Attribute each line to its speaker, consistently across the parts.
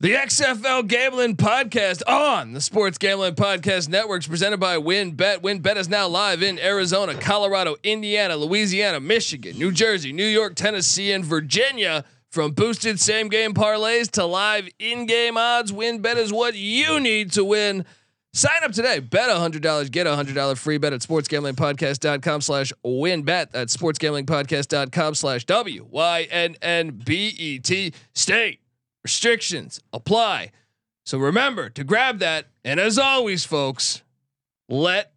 Speaker 1: The XFL Gambling Podcast on the Sports Gambling Podcast Networks presented by WinBet. WinBet is now live in Arizona, Colorado, Indiana, Louisiana, Michigan, New Jersey, New York, Tennessee, and Virginia. From boosted same game parlays to live in game odds, WinBet is what you need to win. Sign up today. Bet $100. Get a $100 free bet at sportsgamblingpodcast.com slash winbet. That's sportsgamblingpodcast.com slash W-Y-N-N-B-E-T. State restrictions apply. So remember to grab that. And as always, folks, let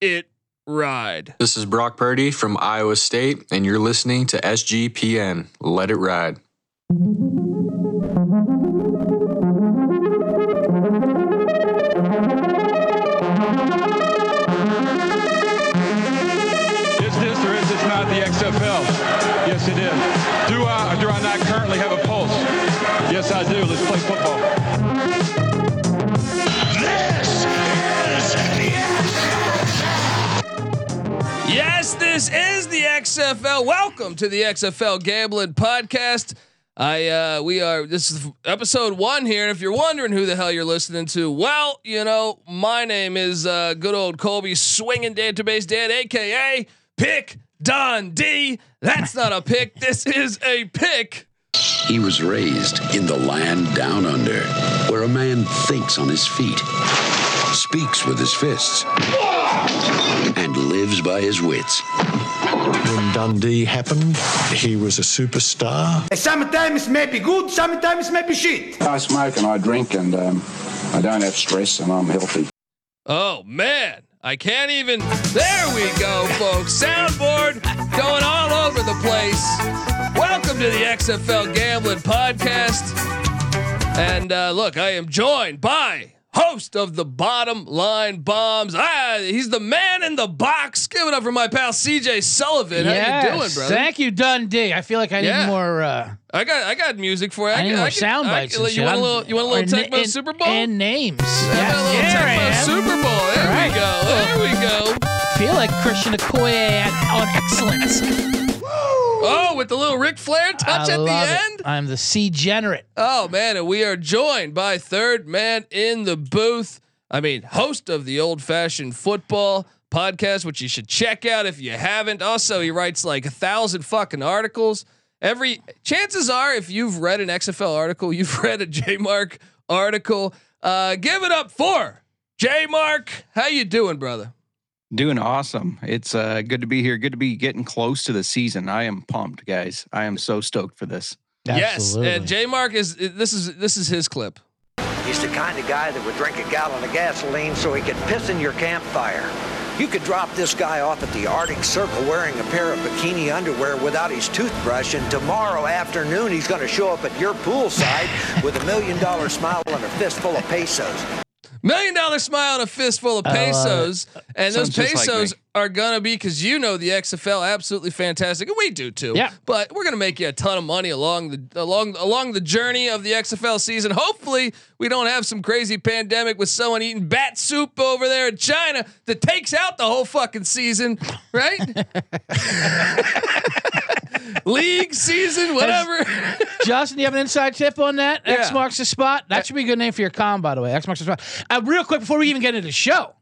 Speaker 1: it ride.
Speaker 2: This is Brock Purdy from Iowa State, and you're listening to SGPN. Let it ride.
Speaker 3: Is this or is this not the XFL? Yes, it is. Do I or do I not currently have a pulse? Yes, I do. Let's play football.
Speaker 4: This is the
Speaker 1: Yes, this is the XFL. Welcome to the XFL Gambling Podcast. I uh we are this is episode 1 here and if you're wondering who the hell you're listening to, well, you know, my name is uh good old Colby Swinging Database Dad aka Pick Don D. That's not a pick. This is a pick.
Speaker 5: He was raised in the land down under, where a man thinks on his feet, speaks with his fists, and lives by his wits.
Speaker 6: When Dundee happened, he was a superstar.
Speaker 7: Sometimes it may be good, sometimes it may be shit.
Speaker 8: I smoke and I drink and um, I don't have stress and I'm healthy.
Speaker 1: Oh man, I can't even. There we go, folks. Soundboard going all over the place. Welcome to the XFL Gambling Podcast. And uh, look, I am joined by host of the Bottom Line Bombs. Ah, he's the man in the box. Give it up for my pal CJ Sullivan. How you doing,
Speaker 9: Yes.
Speaker 1: brother?
Speaker 9: Thank you, Dundee. I feel like I need
Speaker 1: Yeah.
Speaker 9: more. Uh,
Speaker 1: I got I got music for you.
Speaker 9: I, need
Speaker 1: can-
Speaker 9: more
Speaker 1: can-
Speaker 9: sound
Speaker 1: I
Speaker 9: bites.
Speaker 1: can-
Speaker 9: and
Speaker 1: you want a
Speaker 9: shit.
Speaker 1: little? You want a
Speaker 9: Or
Speaker 1: little
Speaker 9: na-
Speaker 1: Tecmo
Speaker 9: and-
Speaker 1: Super Bowl?
Speaker 9: and names?
Speaker 1: I got a little
Speaker 9: There I
Speaker 1: Tecmo
Speaker 9: am.
Speaker 1: Super Bowl. There
Speaker 9: Right.
Speaker 1: we go. There we go.
Speaker 9: Feel like Christian Okoye at- on excellence.
Speaker 1: Oh, with the little Ric Flair touch
Speaker 9: I
Speaker 1: at the
Speaker 9: love it.
Speaker 1: end.
Speaker 9: I'm the C-generate.
Speaker 1: Oh man, and we are joined by third man in the booth. I mean, host of the old fashioned football podcast, which you should check out if you haven't. Also, he writes like a thousand fucking articles. Every chances are, if you've read an XFL article, you've read a J Mark article. Uh, give it up for J Mark. How you doing, brother?
Speaker 10: Doing awesome. It's uh, good to be here. Good to be getting close to the season. I am pumped, guys. I am so stoked for this.
Speaker 1: Yes, and J Mark is this is this is his clip.
Speaker 7: He's the kind of guy that would drink a gallon of gasoline so he could piss in your campfire. You could drop this guy off at the Arctic Circle wearing a pair of bikini underwear without his toothbrush, and tomorrow afternoon he's going to show up at your poolside with a million dollar smile and a fistful of pesos.
Speaker 1: Million dollar smile and a fistful of
Speaker 9: I love
Speaker 1: pesos, and those
Speaker 10: Sounds just like
Speaker 1: pesos
Speaker 10: me.
Speaker 1: are gonna be because you know the XFL absolutely fantastic, and we do too.
Speaker 9: Yeah.
Speaker 1: but we're gonna make you a ton of money along the along along the journey of the XFL season. Hopefully, we don't have some crazy pandemic with someone eating bat soup over there in China that takes out the whole fucking season, right? League season, whatever.
Speaker 9: Justin, you have an inside tip on that? X
Speaker 1: Yeah.
Speaker 9: marks the spot. That should be a good name for your column, by the way. X marks the spot. Uh, real quick before we even get into the show,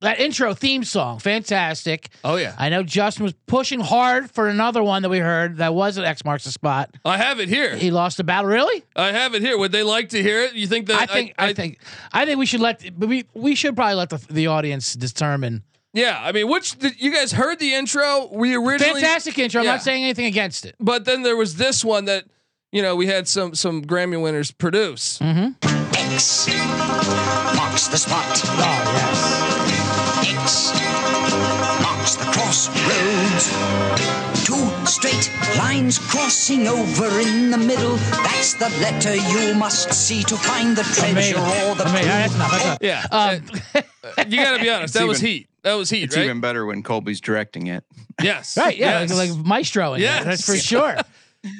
Speaker 9: that intro theme song, fantastic.
Speaker 1: Oh yeah,
Speaker 9: I know Justin was pushing hard for another one that we heard that wasn't X marks the spot.
Speaker 1: I have it here.
Speaker 9: He lost the battle, really?
Speaker 1: I have it here. Would they like to hear it? You think that
Speaker 9: I think I, think I think we should let but we we should probably let the the audience determine.
Speaker 1: Yeah, I mean, which the, you guys heard the intro. We originally,
Speaker 9: Fantastic intro. I'm
Speaker 1: yeah.
Speaker 9: not saying anything against it.
Speaker 1: but then there was this one that you know we had some some Grammy winners produce.
Speaker 9: Mm-hmm.
Speaker 4: X marks the spot.
Speaker 9: Oh
Speaker 4: X marks the crossroads. Two straight lines crossing over in the middle. That's the letter you must see to find the treasure or the clue.
Speaker 9: that's enough. That's enough.
Speaker 1: Yeah,
Speaker 9: Um,
Speaker 1: Uh, you got to be honest. That was
Speaker 10: even-
Speaker 1: heat. That was heat,
Speaker 10: It's
Speaker 1: right?
Speaker 10: even better when Colby's directing it.
Speaker 1: yes,
Speaker 9: right. Yeah.
Speaker 1: yes.
Speaker 9: Like, like maestro. In
Speaker 1: Yes.
Speaker 9: there, that's for sure.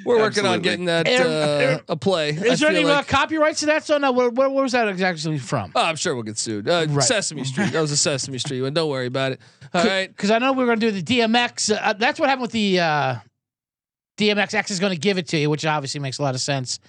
Speaker 1: we're working on
Speaker 10: Absolutely.
Speaker 1: getting that
Speaker 9: Er-
Speaker 1: uh, a play. I
Speaker 9: Is there
Speaker 1: feel
Speaker 9: any uh,
Speaker 1: like-
Speaker 9: copyrights to that song? No, where, where, where was that exactly from?
Speaker 1: Oh, I'm sure we'll get sued. Uh,
Speaker 9: Right.
Speaker 1: Sesame Street. That was a Sesame Street one. Don't worry about it. All right.
Speaker 9: uh, Because I know we were going to do the DMX. Uh, that's what happened with the uh, DMXX is going to give it to you, which obviously makes a lot of sense.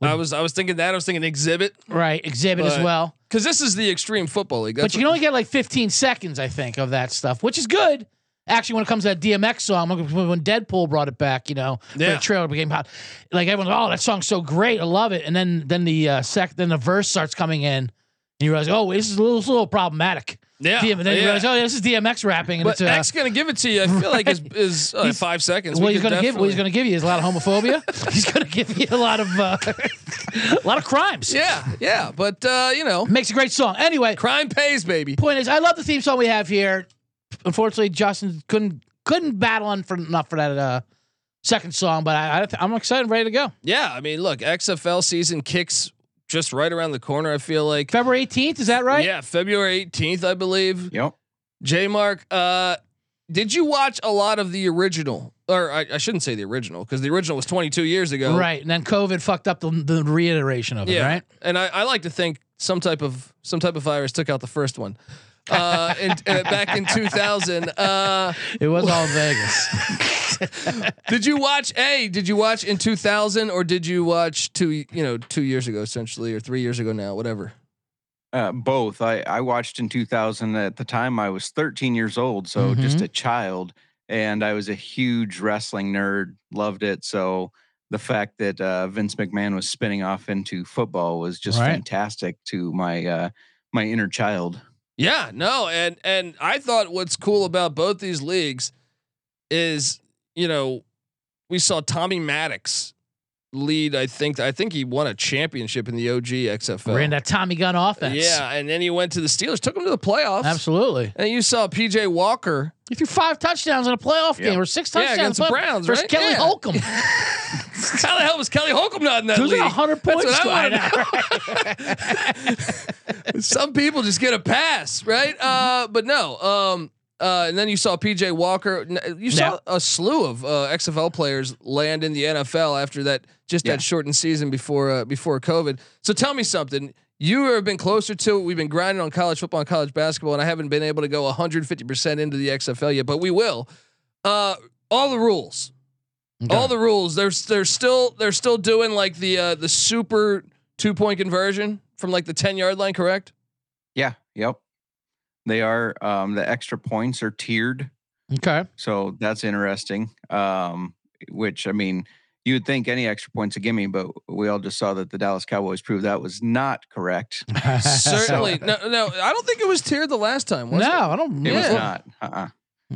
Speaker 1: I was I was thinking that I was thinking exhibit
Speaker 9: Right. Exhibit as
Speaker 1: But-
Speaker 9: well.
Speaker 1: because this is the extreme football league.
Speaker 9: But you can only get like 15 seconds, I think, of that stuff, which is good. Actually, when it comes to that DMX song, when when Deadpool brought it back, you know, when
Speaker 1: Yeah.
Speaker 9: the trailer became hot. Like everyone's, oh, that song's so great, I love it. And then then the uh, sec, then the verse starts coming in, and you realize, oh, this is a little, it's a little problematic.
Speaker 1: Yeah,
Speaker 9: DM, then you
Speaker 1: yeah.
Speaker 9: realize, oh, this is DMX rapping, and
Speaker 1: But
Speaker 9: it's uh,
Speaker 1: X gonna give it to you. I feel like is is uh,
Speaker 9: He's-
Speaker 1: five seconds.
Speaker 9: what
Speaker 1: We
Speaker 9: he's
Speaker 1: could
Speaker 9: going to give, what he's
Speaker 1: definitely-
Speaker 9: going to give you is a lot of homophobia. he's going to give you a lot of uh, a lot of crimes.
Speaker 1: Yeah, yeah. But uh, you know,
Speaker 9: makes a great song. Anyway,
Speaker 1: crime pays, baby.
Speaker 9: point is, I love the theme song we have here. Unfortunately, Justin couldn't couldn't battle on for enough for that uh, second song, but I, I th- I'm excited, ready to go.
Speaker 1: Yeah, I mean, look, XFL season kicks just right around the corner. I feel like.
Speaker 9: February 18th, is that right?
Speaker 1: Yeah, February 18th, I believe.
Speaker 10: Yep.
Speaker 1: J Mark, uh, did you watch a lot of the original? Or I, I shouldn't say the original because the original was 22 years ago.
Speaker 9: Right, and then COVID fucked up the, the reiteration of it,
Speaker 1: Yeah.
Speaker 9: right?
Speaker 1: And I, I like to think some type of some type of virus took out the first one. Uh, and, uh, back in 2000. Uh,
Speaker 9: It was all in Vegas.
Speaker 1: did you watch? A? Did you watch in 2000 or did you watch two? You know, two years ago essentially, or three years ago now, whatever.
Speaker 10: Uh, both. I, I watched in 2000. At the time, I was 13 years old, so
Speaker 9: Mm-hmm.
Speaker 10: just a child, and I was a huge wrestling nerd. Loved it. So the fact that uh, Vince McMahon was spinning off into football was just
Speaker 9: Right.
Speaker 10: fantastic to my uh, my inner child.
Speaker 1: Yeah, no, and and I thought what's cool about both these leagues is, you know, we saw Tommy Maddox lead. I think I think he won a championship in the OG XFL.
Speaker 9: Ran that Tommy Gun offense.
Speaker 1: yeah, and then he went to the Steelers, took him to the playoffs.
Speaker 9: Absolutely.
Speaker 1: And you saw PJ Walker.
Speaker 9: He threw five touchdowns in a playoff game, or six
Speaker 1: Yeah, against
Speaker 9: touchdowns
Speaker 1: the
Speaker 9: playoff-
Speaker 1: Browns,
Speaker 9: versus
Speaker 1: right?
Speaker 9: Kelly
Speaker 1: Yeah.
Speaker 9: Holcomb.
Speaker 1: How the hell was Kelly Holcomb not in that
Speaker 9: Who's
Speaker 1: league?
Speaker 9: in a hundred points?
Speaker 1: That's what I
Speaker 9: squad?
Speaker 1: wanna Some people just get a pass, right? Uh, but no. Um, uh, and then you saw PJ Walker. N- You saw a slew of uh, XFL players land in the NFL after that, just
Speaker 10: Yeah.
Speaker 1: that shortened season before uh, before COVID. So tell me something. You have been closer to it. We've been grinding on college football and college basketball, and I haven't been able to go 150% into the XFL yet, but we will. Uh, all the rules.
Speaker 9: Okay.
Speaker 1: All the rules. They're they're still they're still doing like the uh, the super two point conversion from like the ten yard line, correct?
Speaker 10: Yeah. Yep. They are. Um, the extra points are tiered.
Speaker 9: okay.
Speaker 10: So that's interesting. Um, which I mean, you would think any extra points a gimme, but we all just saw that the Dallas Cowboys proved that was not correct.
Speaker 1: Certainly. No, no. I don't think it was tiered the last time. Was
Speaker 9: no,
Speaker 1: It?
Speaker 9: I don't.
Speaker 10: It was
Speaker 1: Yeah.
Speaker 10: not. Uh-uh.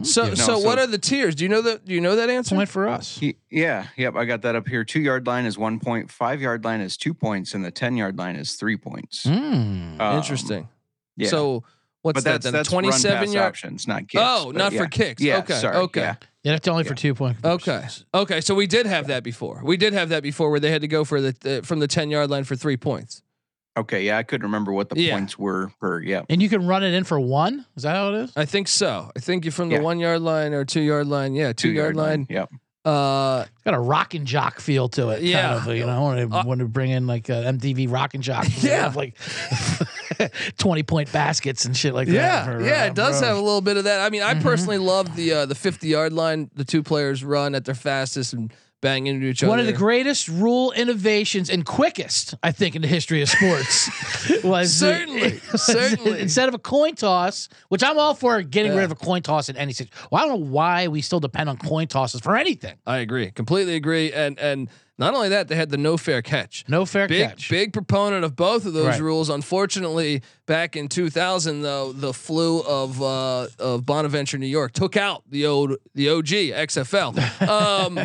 Speaker 1: So so
Speaker 10: No, so-
Speaker 1: what are the tiers? Do you know that? Do you know that answer?
Speaker 9: Point for us.
Speaker 10: Y- Yeah. Yep. I got that up here. Two yard line is one point. Five yard line is two points, and the ten yard line is three points.
Speaker 9: Mm.
Speaker 10: Um,
Speaker 1: Interesting.
Speaker 10: Yeah.
Speaker 1: So what's
Speaker 10: but
Speaker 1: that
Speaker 10: that's
Speaker 1: then?
Speaker 10: that's
Speaker 1: Twenty
Speaker 10: run
Speaker 1: seven
Speaker 10: pass
Speaker 1: yard.
Speaker 10: options, not kicks.
Speaker 1: Oh,
Speaker 10: but
Speaker 1: not
Speaker 10: yeah.
Speaker 1: for kicks.
Speaker 10: Yeah.
Speaker 1: okay.
Speaker 10: sorry,
Speaker 1: okay.
Speaker 10: yeah.
Speaker 9: Yeah, that's only for
Speaker 10: Yeah.
Speaker 9: two point.
Speaker 1: Okay.
Speaker 9: conversions.
Speaker 1: Okay. So we did have that before. We did have that before where they had to go for the, the from the ten yard line for three points.
Speaker 10: Okay. Yeah. I couldn't remember what the
Speaker 1: Yeah.
Speaker 10: points were per. Yeah.
Speaker 9: And you can run it in for one. Is that how it is?
Speaker 1: I think so. I think you're from the
Speaker 10: Yeah.
Speaker 1: one yard line or two yard line. Yeah, two, yard, line.
Speaker 10: Yep.
Speaker 1: Uh,
Speaker 9: It's got a rock and jock feel to it.
Speaker 1: Yeah.
Speaker 9: Kind of, you know, I want to,
Speaker 1: Uh,
Speaker 9: want to bring in like uh, MTV rock and jock. They
Speaker 1: Yeah.
Speaker 9: have, Like 20 point baskets and shit like
Speaker 1: yeah,
Speaker 9: that. for,
Speaker 1: yeah,
Speaker 9: uh,
Speaker 1: it does
Speaker 9: bros.
Speaker 1: have a little bit of that. I mean, I
Speaker 9: Mhm.
Speaker 1: personally love the uh, the 50 yard line. The two players run at their fastest and bang into each
Speaker 9: One
Speaker 1: other.
Speaker 9: of the greatest rule innovations and quickest, I think, in the history of sports was the-
Speaker 1: Certainly,
Speaker 9: was
Speaker 1: certainly.
Speaker 9: instead of a coin toss, which I'm all for getting
Speaker 1: Yeah.
Speaker 9: rid of a coin toss in any situation. Well, I don't know why we still depend on coin tosses for anything.
Speaker 1: I agree, completely agree. And and not only that, they had the no fair catch.
Speaker 9: No fair
Speaker 1: Big
Speaker 9: catch.
Speaker 1: big proponent of both of those
Speaker 9: Right.
Speaker 1: rules. Unfortunately, back in 2000, though, the flu of uh, of Bonaventure, New York, took out the old the OG XFL. Um,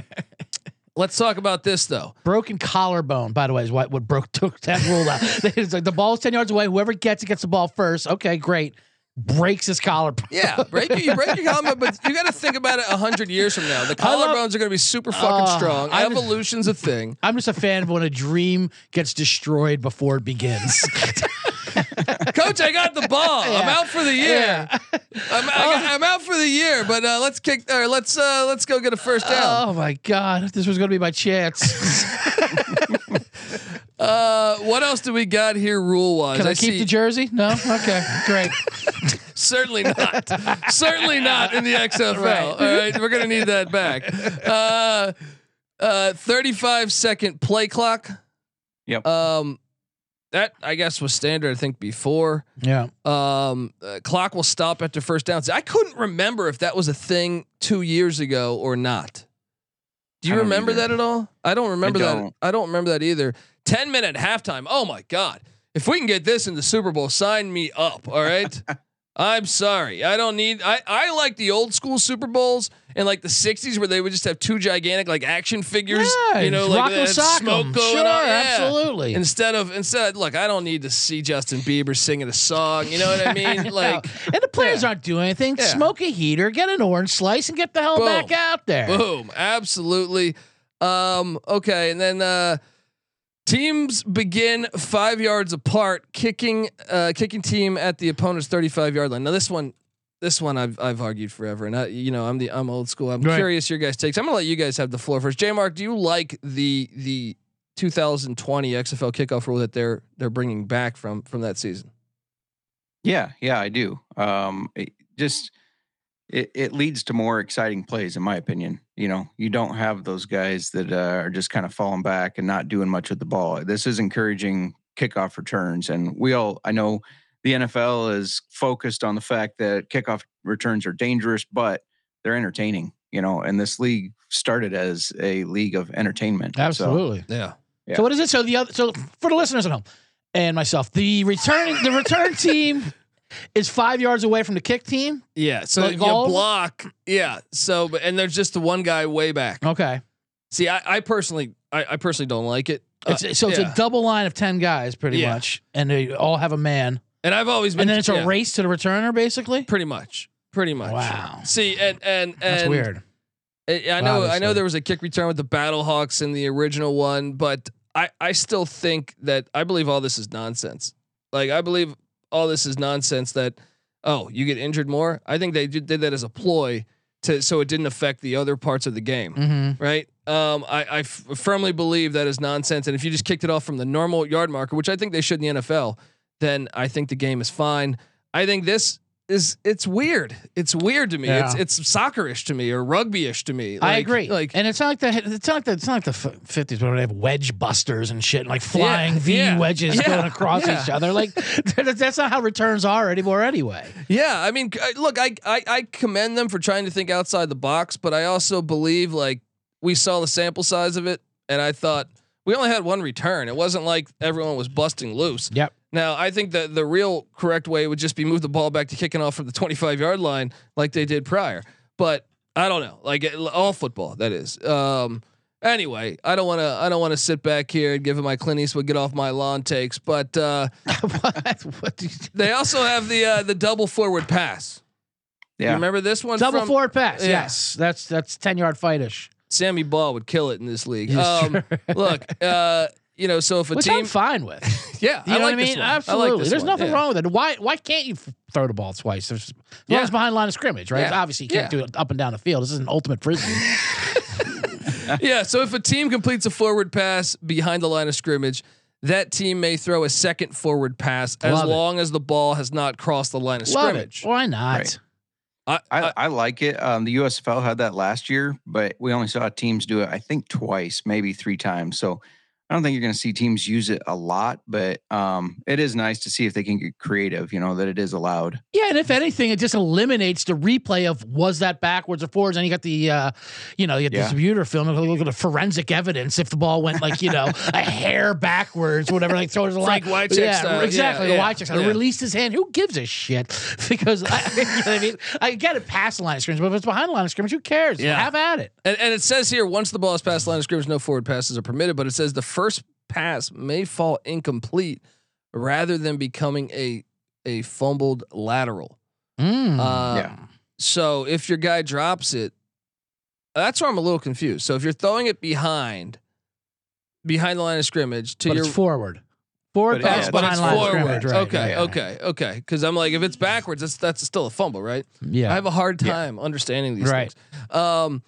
Speaker 1: let's talk about this though.
Speaker 9: Broken collarbone, by the way, is what, what broke took that rule out. it's like the ball's ten yards away. Whoever gets it gets the ball first. Okay, great. Breaks his collarbone.
Speaker 1: Yeah, break your, you break your collarbone, but you got to think about it hundred years from now. The
Speaker 9: I love-
Speaker 1: collarbones are going to be super fucking
Speaker 9: Oh,
Speaker 1: strong.
Speaker 9: I just-
Speaker 1: Evolution's a thing.
Speaker 9: I'm just a fan of when a dream gets destroyed before it begins.
Speaker 1: Coach, I got the ball. I'm
Speaker 9: Yeah.
Speaker 1: out for the year. I'm, I got- I'm out for the year. But uh, let's kick. Or let's uh, let's go get a first down.
Speaker 9: oh my god, this was gonna be my chance.
Speaker 1: Uh, what else do we got here, rule wise?
Speaker 9: Oh. Can I, keep the jersey? No. Okay, great.
Speaker 1: certainly not. certainly not in the XFL.
Speaker 9: Right.
Speaker 1: All right, we're going to need that back. Uh, Uh, 35 second play clock.
Speaker 10: Yep.
Speaker 1: Um, that I guess was standard. I think before.
Speaker 9: Yeah.
Speaker 1: Um, uh, clock will stop after first downs. I couldn't remember if that was a thing two years ago or not. Do you
Speaker 10: I don't
Speaker 1: remember
Speaker 10: either.
Speaker 1: that at all? I don't remember that.
Speaker 10: don't.
Speaker 1: I don't remember that either. Ten minute halftime. Oh my god! If we can get this in the Super Bowl, sign me up. All right. I'm sorry. I don't need. I I like the old school Super Bowls and like the '60s where they would just have two gigantic like action figures.
Speaker 9: Yeah,
Speaker 1: you know,
Speaker 9: just
Speaker 1: like
Speaker 9: rock 'em,
Speaker 1: that
Speaker 9: sock 'em.
Speaker 1: smoke going
Speaker 9: Sure,
Speaker 1: on. Yeah.
Speaker 9: absolutely.
Speaker 1: Instead of instead, look, I don't need to see Justin Bieber singing a song. You know what I mean? Like,
Speaker 9: and the players
Speaker 1: yeah.
Speaker 9: aren't doing anything.
Speaker 1: Yeah.
Speaker 9: Smoke a heater, get an orange slice, and get the hell
Speaker 1: Boom.
Speaker 9: back out there.
Speaker 1: boom, absolutely. Um, okay, and then uh, teams begin five yards apart, kicking uh, kicking team at the opponent's thirty-five yard line. Now this one, this one I've I've argued forever, and I you know I'm the I'm old school. I'm
Speaker 9: Right.
Speaker 1: curious your guys' takes. I'm gonna let you guys have the floor first. J Mark, do you like the the 2020 XFL kickoff rule that they're they're bringing back from from that season?
Speaker 10: Yeah, yeah, I do. Um, it just it, it leads to more exciting plays, in my opinion. You know, you don't have those guys that uh, are just kind of falling back and not doing much with the ball. This is encouraging kickoff returns, and we all I know the NFL is focused on the fact that kickoff returns are dangerous, but they're entertaining. You know, and this league started as a league of entertainment. So-
Speaker 9: Absolutely.
Speaker 1: Yeah.
Speaker 10: Yeah.
Speaker 9: So what is it? So the other, so for the listeners at home and myself, the returning the return team is five yards away from the kick team.
Speaker 1: Yeah, so
Speaker 9: Like
Speaker 1: you
Speaker 9: all of 'em?
Speaker 1: block. Yeah, so but and there's just the one guy way back.
Speaker 9: Okay,
Speaker 1: See, I, I personally, I, I personally don't like it. Uh,
Speaker 9: it's, so it's
Speaker 1: yeah.
Speaker 9: a double line of ten guys, pretty
Speaker 1: Yeah.
Speaker 9: much, and they all have a man,
Speaker 1: and I've always been,
Speaker 9: and then it's
Speaker 1: yeah,
Speaker 9: a race to the returner, basically.
Speaker 1: Pretty much, pretty much.
Speaker 9: Wow.
Speaker 1: See, and and and
Speaker 9: That's weird.
Speaker 1: I I know, I know
Speaker 9: Obviously.
Speaker 1: there was a kick return with the Battle Hawks in the original one, but I, I still think that I believe all this is nonsense. Like I believe all this is nonsense. That oh, you get injured more. I think they did, did that as a ploy to so it didn't affect the other parts of the game.
Speaker 9: hmm
Speaker 1: right? Um, I, I f- firmly believe that is nonsense. And if you just kicked it off from the normal yard marker, which I think they should in the NFL, then I think the game is fine. I think this is it's weird. It's weird to me. It's
Speaker 9: Yeah.
Speaker 1: it's soccerish to me or rugbyish to me.
Speaker 9: I
Speaker 1: Like-
Speaker 9: agree.
Speaker 1: Like
Speaker 9: and it's not like the it's not like the it's not like the fifties where they have wedge busters and shit, and like flying
Speaker 1: Yeah,
Speaker 9: V
Speaker 1: yeah,
Speaker 9: wedges
Speaker 1: yeah,
Speaker 9: going across
Speaker 1: yeah.
Speaker 9: each other. Like that's not how returns are anymore, anyway.
Speaker 1: yeah, I mean, c- I- look, I, I I commend them for trying to think outside the box, but I also believe like we saw the sample size of it, and I thought we only had one return. It wasn't like everyone was busting loose.
Speaker 9: Yep.
Speaker 1: Now, I think that the real correct way would just be move the ball back to kicking off from the 25 yard line like they did prior. But I don't know, like it- all football that is. Um, anyway, I don't want to. I don't want to sit back here and give him my Clint Eastwood get off my lawn takes. But uh,
Speaker 9: what? What do you,
Speaker 1: they also have the uh, the double forward pass. You
Speaker 10: yeah,
Speaker 1: remember this one?
Speaker 9: double
Speaker 1: from-
Speaker 9: forward pass?
Speaker 1: Yeah.
Speaker 9: Yes, that's that's ten yard fightish.
Speaker 1: Sammy Ball would kill it in this league.
Speaker 9: Yes,
Speaker 1: Um,
Speaker 9: sure.
Speaker 1: look, uh, you know, so if a
Speaker 9: Which
Speaker 1: team,
Speaker 9: I'm fine with.
Speaker 1: yeah,
Speaker 9: You
Speaker 1: I like
Speaker 9: know what I
Speaker 1: this
Speaker 9: mean?
Speaker 1: one. I like
Speaker 9: Absolutely.
Speaker 1: this
Speaker 9: There's
Speaker 1: one.
Speaker 9: nothing
Speaker 1: Yeah.
Speaker 9: wrong with it. Why why can't you f- throw the ball twice? There's, as
Speaker 1: Yeah.
Speaker 9: long as it's behind line of scrimmage, right?
Speaker 1: Yeah.
Speaker 9: Obviously, you can't
Speaker 1: Yeah.
Speaker 9: do it up and down the field. This is an ultimate prison.
Speaker 1: yeah. So if a team completes a forward pass behind the line of scrimmage, that team may throw a second forward pass as
Speaker 9: Love it.
Speaker 1: long as the ball has not crossed the line of
Speaker 9: Love it.
Speaker 1: scrimmage.
Speaker 9: Why not?
Speaker 10: Right.
Speaker 1: I,
Speaker 10: I,
Speaker 1: I-
Speaker 10: I like it. Um, the USFL had that last year, but we only saw teams do it, I think, twice, maybe three times. So I don't think you're going to see teams use it a lot, but um, it is nice to see if they can get creative, you know, that it is allowed.
Speaker 9: Yeah, and if anything, it just eliminates the replay of was that backwards or forwards, and you got the, uh, you know, you got
Speaker 10: Yeah.
Speaker 9: the computer film. and Look at the forensic evidence if the ball went like you know a hair backwards, or whatever. Like throw it to the
Speaker 1: Frank
Speaker 9: line.
Speaker 1: Wycheck
Speaker 9: yeah,
Speaker 1: style.
Speaker 9: exactly.
Speaker 1: uh, Yeah, yeah,
Speaker 9: the Wycheck style.
Speaker 1: yeah.
Speaker 9: Released his hand. Who gives a shit? Because I, you know what I mean, I get it past the line of scrimmage, but if it's behind the line of scrimmage, who cares?
Speaker 1: Yeah.
Speaker 9: Have at it.
Speaker 1: and, and it says here once the ball is past the line of scrimmage, no forward passes are permitted. But it says the first pass may fall incomplete rather than becoming a a fumbled lateral.
Speaker 9: Mm.
Speaker 1: Uh,
Speaker 10: Yeah.
Speaker 1: So if your guy drops it, that's where I'm a little confused. So if you're throwing it behind, behind the line of scrimmage to
Speaker 9: but
Speaker 1: your
Speaker 9: it's forward.
Speaker 10: But
Speaker 9: Forward
Speaker 10: it-
Speaker 9: pass
Speaker 10: yeah,
Speaker 1: but
Speaker 9: behind
Speaker 1: it's
Speaker 9: line of
Speaker 1: forward.
Speaker 9: scrimmage. Right,
Speaker 1: okay,
Speaker 9: right, right.
Speaker 1: okay, okay. Because I'm like, if it's backwards, that's that's still a fumble, right? I
Speaker 9: Yeah.
Speaker 1: have a hard time understanding these
Speaker 9: Right.
Speaker 1: things. Um,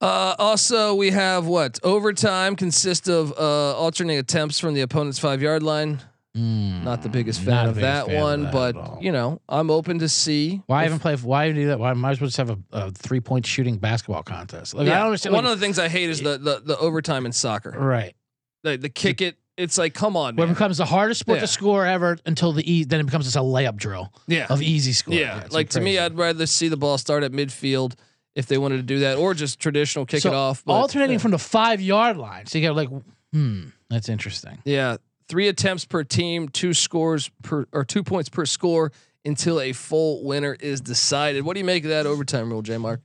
Speaker 1: uh, also, we have what overtime consists of uh, alternating attempts from the opponent's five yard line.
Speaker 9: Mm.
Speaker 1: Not the biggest fan
Speaker 9: Not a
Speaker 1: of that
Speaker 9: biggest fan of
Speaker 1: one,
Speaker 9: that at all.
Speaker 1: but you know, I'm open to see.
Speaker 9: Why
Speaker 1: if-
Speaker 9: even play? Why even do that? Why might as well just have a, a three point shooting basketball contest? Like, I don't understand.
Speaker 1: One
Speaker 9: like,
Speaker 1: of the things I hate is the the, the overtime in soccer.
Speaker 9: right.
Speaker 1: The, the kick it. It's like, come on,
Speaker 9: Where it
Speaker 1: man.
Speaker 9: becomes the hardest sport
Speaker 1: Yeah.
Speaker 9: to score ever until the e- then it becomes just a layup drill
Speaker 1: Yeah.
Speaker 9: of easy score.
Speaker 1: Yeah, like to me, I'd rather see the ball start at midfield if they wanted to do that, or just traditional kick it off. but-
Speaker 9: alternating
Speaker 1: yeah.
Speaker 9: from the five yard line. So you got like, hmm, that's interesting.
Speaker 1: yeah, three attempts per team, two scores per or two points per score until a full winner is decided. What do you make of that overtime rule, J Mark?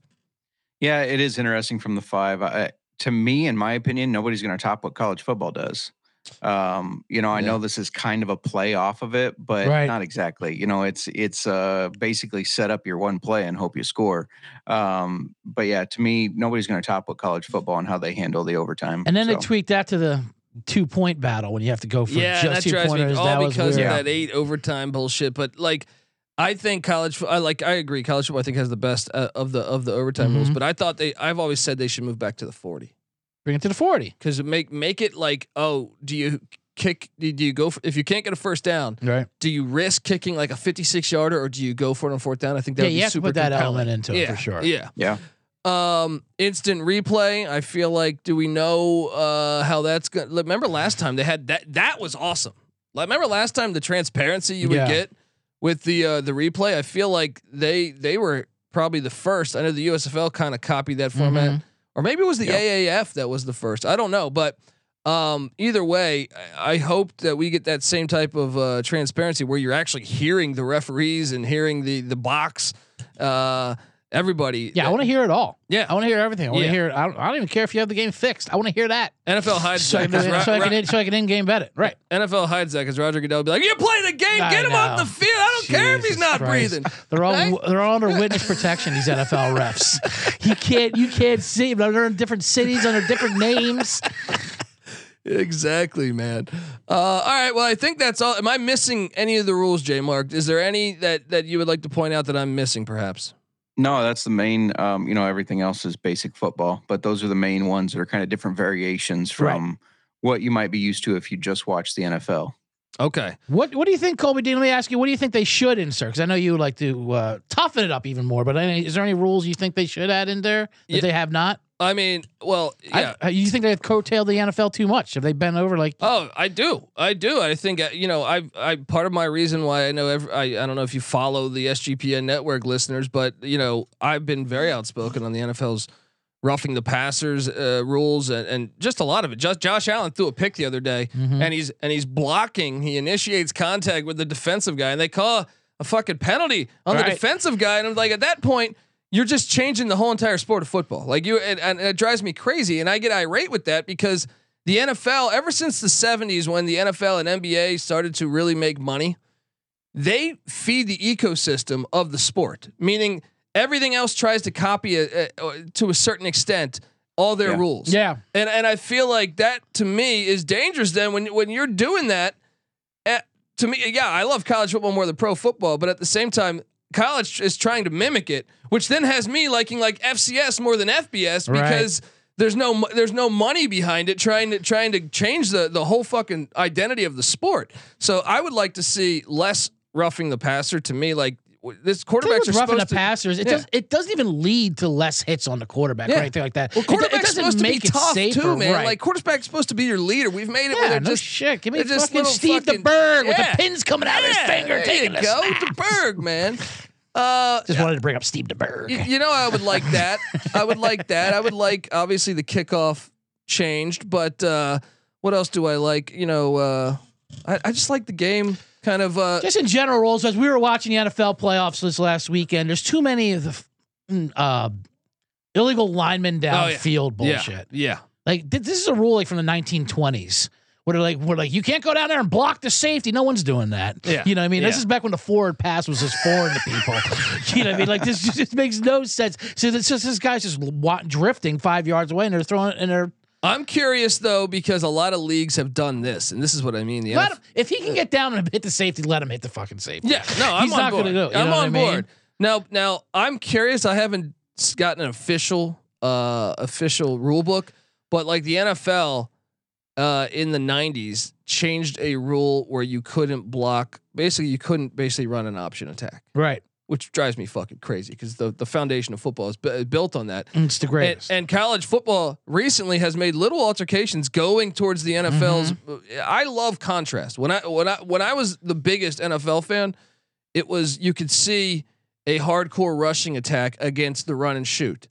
Speaker 10: Yeah, it is interesting from the five. I, to me, in my opinion, nobody's going to top what college football does. Um, you know, I
Speaker 1: Yeah.
Speaker 10: know this is kind of a play off of it, but
Speaker 9: Right.
Speaker 10: not exactly. You know, it's it's uh, basically set up your one play and hope you score. Um, but yeah, to me, nobody's going to top what college football and how they handle the overtime.
Speaker 9: And then
Speaker 10: So,
Speaker 9: they tweak that to the two point battle when you have to go Oh, for
Speaker 1: yeah, and that
Speaker 9: just two
Speaker 1: drives me
Speaker 9: pointers. that
Speaker 1: all
Speaker 9: was
Speaker 1: because of
Speaker 9: weird.
Speaker 1: that eight overtime bullshit. But like, I think college, fo- I like, I agree, college football I think has the best uh, of the of the overtime rules.
Speaker 9: Mhm.
Speaker 1: But I thought they, I've always said they should move back to the forty.
Speaker 9: Bring it to the forty.
Speaker 1: because make make it like oh do you kick do you go for, if you can't get a first down
Speaker 9: Right.
Speaker 1: do you risk kicking like a 56 yarder or do you go for it on fourth down i think that
Speaker 9: Yeah,
Speaker 1: would be
Speaker 9: you have to
Speaker 1: super
Speaker 9: put that
Speaker 1: compelling.
Speaker 9: element into it
Speaker 1: yeah,
Speaker 9: for sure.
Speaker 1: yeah
Speaker 10: Yeah.
Speaker 1: um instant replay i feel like do we know uh how that's gonna remember last time they had that that was awesome like remember last time the transparency you would
Speaker 9: Yeah.
Speaker 1: get with the uh the replay i feel like they they were probably the first i know the usfl kind of copied that format
Speaker 9: Mm-hmm.
Speaker 1: or maybe it was the AAF that was the first. I don't know, but um, either way, I, I hope that we get that same type of uh, transparency where you're actually hearing the referees and hearing the the box, uh, everybody.
Speaker 9: Yeah, I
Speaker 1: that-
Speaker 9: want to hear it all.
Speaker 1: Yeah.
Speaker 9: I want to hear everything. I want to
Speaker 1: Yeah.
Speaker 9: hear. I don't, I don't even care if you have the game fixed. I want to hear that.
Speaker 1: NFL hides
Speaker 9: So I,
Speaker 1: Zach.
Speaker 9: can,
Speaker 1: 'cause Ro-
Speaker 9: so I
Speaker 1: Ro-
Speaker 9: can so I can in game bet it. Right.
Speaker 1: NFL hides that because Roger Goodell would be like, "You play the game,
Speaker 9: I
Speaker 1: get him off
Speaker 9: know.
Speaker 1: the field. I don't care if he's
Speaker 9: Jesus
Speaker 1: not
Speaker 9: Christ.
Speaker 1: breathing."
Speaker 9: They're all
Speaker 1: Right?
Speaker 9: they're all under witness protection. These NFL refs. You can't you can't see them. They're in different cities under different names.
Speaker 1: Exactly, man. Uh, all right. Well, I think that's all. Am I missing any of the rules, J. Mark? Is there any that that you would like to point out that I'm missing, perhaps?
Speaker 10: no, that's the main. Um, you know, everything else is basic football, but those are the main ones that are kind of different variations
Speaker 9: Right.
Speaker 10: from what you might be used to if you just watch the NFL.
Speaker 1: Okay.
Speaker 9: What what do you think, Colby Dean? Let me ask you. What do you think they should insert? Because I know you like to uh, toughen it up even more. But any, is there any rules you think they should add in there that
Speaker 1: Yeah.
Speaker 9: they have not?
Speaker 1: I mean, well,
Speaker 9: I-
Speaker 1: yeah.
Speaker 9: uh, you think they've curtailed the NFL too much? Have they bent over like?
Speaker 1: oh, I do. I do. I think uh, you know. I. I part of my reason why I know. Every, I. I don't know if you follow the SGPN network listeners, but you know, I've been very outspoken on the NFL's roughing the passers uh, rules and, and just a lot of it. Just Josh Allen threw a pick the other day, and he's and he's blocking. He initiates contact with the defensive guy, and they call a fucking penalty on the
Speaker 9: Right.
Speaker 1: defensive guy. And I'm like, at that point. You're just changing the whole entire sport of football. Like you, and, and it drives me crazy. And I get irate with that because the NFL, ever since the 70s, when the NFL and NBA started to really make money, they feed the ecosystem of the sport, meaning everything else tries to copy a, a- to a certain extent all their
Speaker 10: Yeah.
Speaker 1: rules.
Speaker 9: Yeah.
Speaker 1: And and I feel like that to me is dangerous then when when you're doing that eh, to me yeah, I love college football more than pro football, but at the same time college is trying to mimic it, which then has me liking like FCS more than FBS
Speaker 9: Right.
Speaker 1: because there's no mo- there's no money behind it trying to trying to change the the whole fucking identity of the sport. So I would like to see less roughing the passer to me like w- this quarterbacks are
Speaker 9: Quarterbacks roughing
Speaker 1: supposed
Speaker 9: the
Speaker 1: to
Speaker 9: passers. It
Speaker 1: Yeah.
Speaker 9: does. It doesn't even lead to less hits on the quarterback
Speaker 1: Yeah.
Speaker 9: or anything like that.
Speaker 1: Well,
Speaker 9: It do- it
Speaker 1: quarterback's
Speaker 9: doesn't
Speaker 1: supposed to be
Speaker 9: make it
Speaker 1: tough too,
Speaker 9: safer,
Speaker 1: man.
Speaker 9: right.
Speaker 1: Like quarterback's supposed to be your leader. We've made it where
Speaker 9: yeah,
Speaker 1: they're
Speaker 9: no
Speaker 1: just
Speaker 9: shit. Give me
Speaker 1: they're just
Speaker 9: fucking
Speaker 1: little
Speaker 9: Steve
Speaker 1: fucking-
Speaker 9: DeBerg with
Speaker 1: Yeah.
Speaker 9: the pins coming out of his
Speaker 1: Yeah,
Speaker 9: finger.
Speaker 1: There
Speaker 9: taking
Speaker 1: you
Speaker 9: a
Speaker 1: go,
Speaker 9: snap.
Speaker 1: DeBerg, man. Uh,
Speaker 9: Just wanted to bring up Steve DeBerg.
Speaker 1: y- you know, I would like that. I would like that. I would like obviously the kickoff changed, but uh, what else do I like? You know, uh, I, I just like the game kind of. Uh,
Speaker 9: Just in general rules, as we were watching the NFL playoffs this last weekend, there's too many of the f- mm, uh, illegal linemen
Speaker 1: Oh, yeah.
Speaker 9: downfield bullshit.
Speaker 1: Yeah,
Speaker 9: Like th- this is a rule like from the 1920s. Where they're like, we're like, you can't go down there and block the safety. No one's doing that.
Speaker 1: Yeah.
Speaker 9: You know what I mean? This
Speaker 1: Yeah.
Speaker 9: is back when the forward pass was just foreign to people. you know what I mean? Like this just, just makes no sense. So this just this guy's just wa- drifting five yards away and they're throwing it and they're
Speaker 1: I'm curious though because a lot of leagues have done this, and this is what I mean. The
Speaker 9: let
Speaker 1: NFL
Speaker 9: him, if he can get down and hit the safety, let him hit the fucking safety.
Speaker 1: Yeah, no, I'm
Speaker 9: He's
Speaker 1: on
Speaker 9: not
Speaker 1: board.
Speaker 9: gonna do it, you
Speaker 1: I'm
Speaker 9: know what
Speaker 1: on
Speaker 9: I mean?
Speaker 1: board. Now, now I'm curious. I haven't s- gotten an official, uh, official rule book, but like the NFL, uh, in the 90s changed a rule where you couldn't block basically you couldn't basically run an option attack
Speaker 9: Right.
Speaker 1: which drives me fucking crazy because the, the foundation of football is bu- built on that
Speaker 9: It's the
Speaker 1: and,
Speaker 9: greatest.
Speaker 1: and college football recently has made little altercations going towards the NFL's.
Speaker 9: Mm-hmm.
Speaker 1: I love contrast. When I when I when I was the biggest NFL fan, it was you could see a hardcore rushing attack against the run and shoot.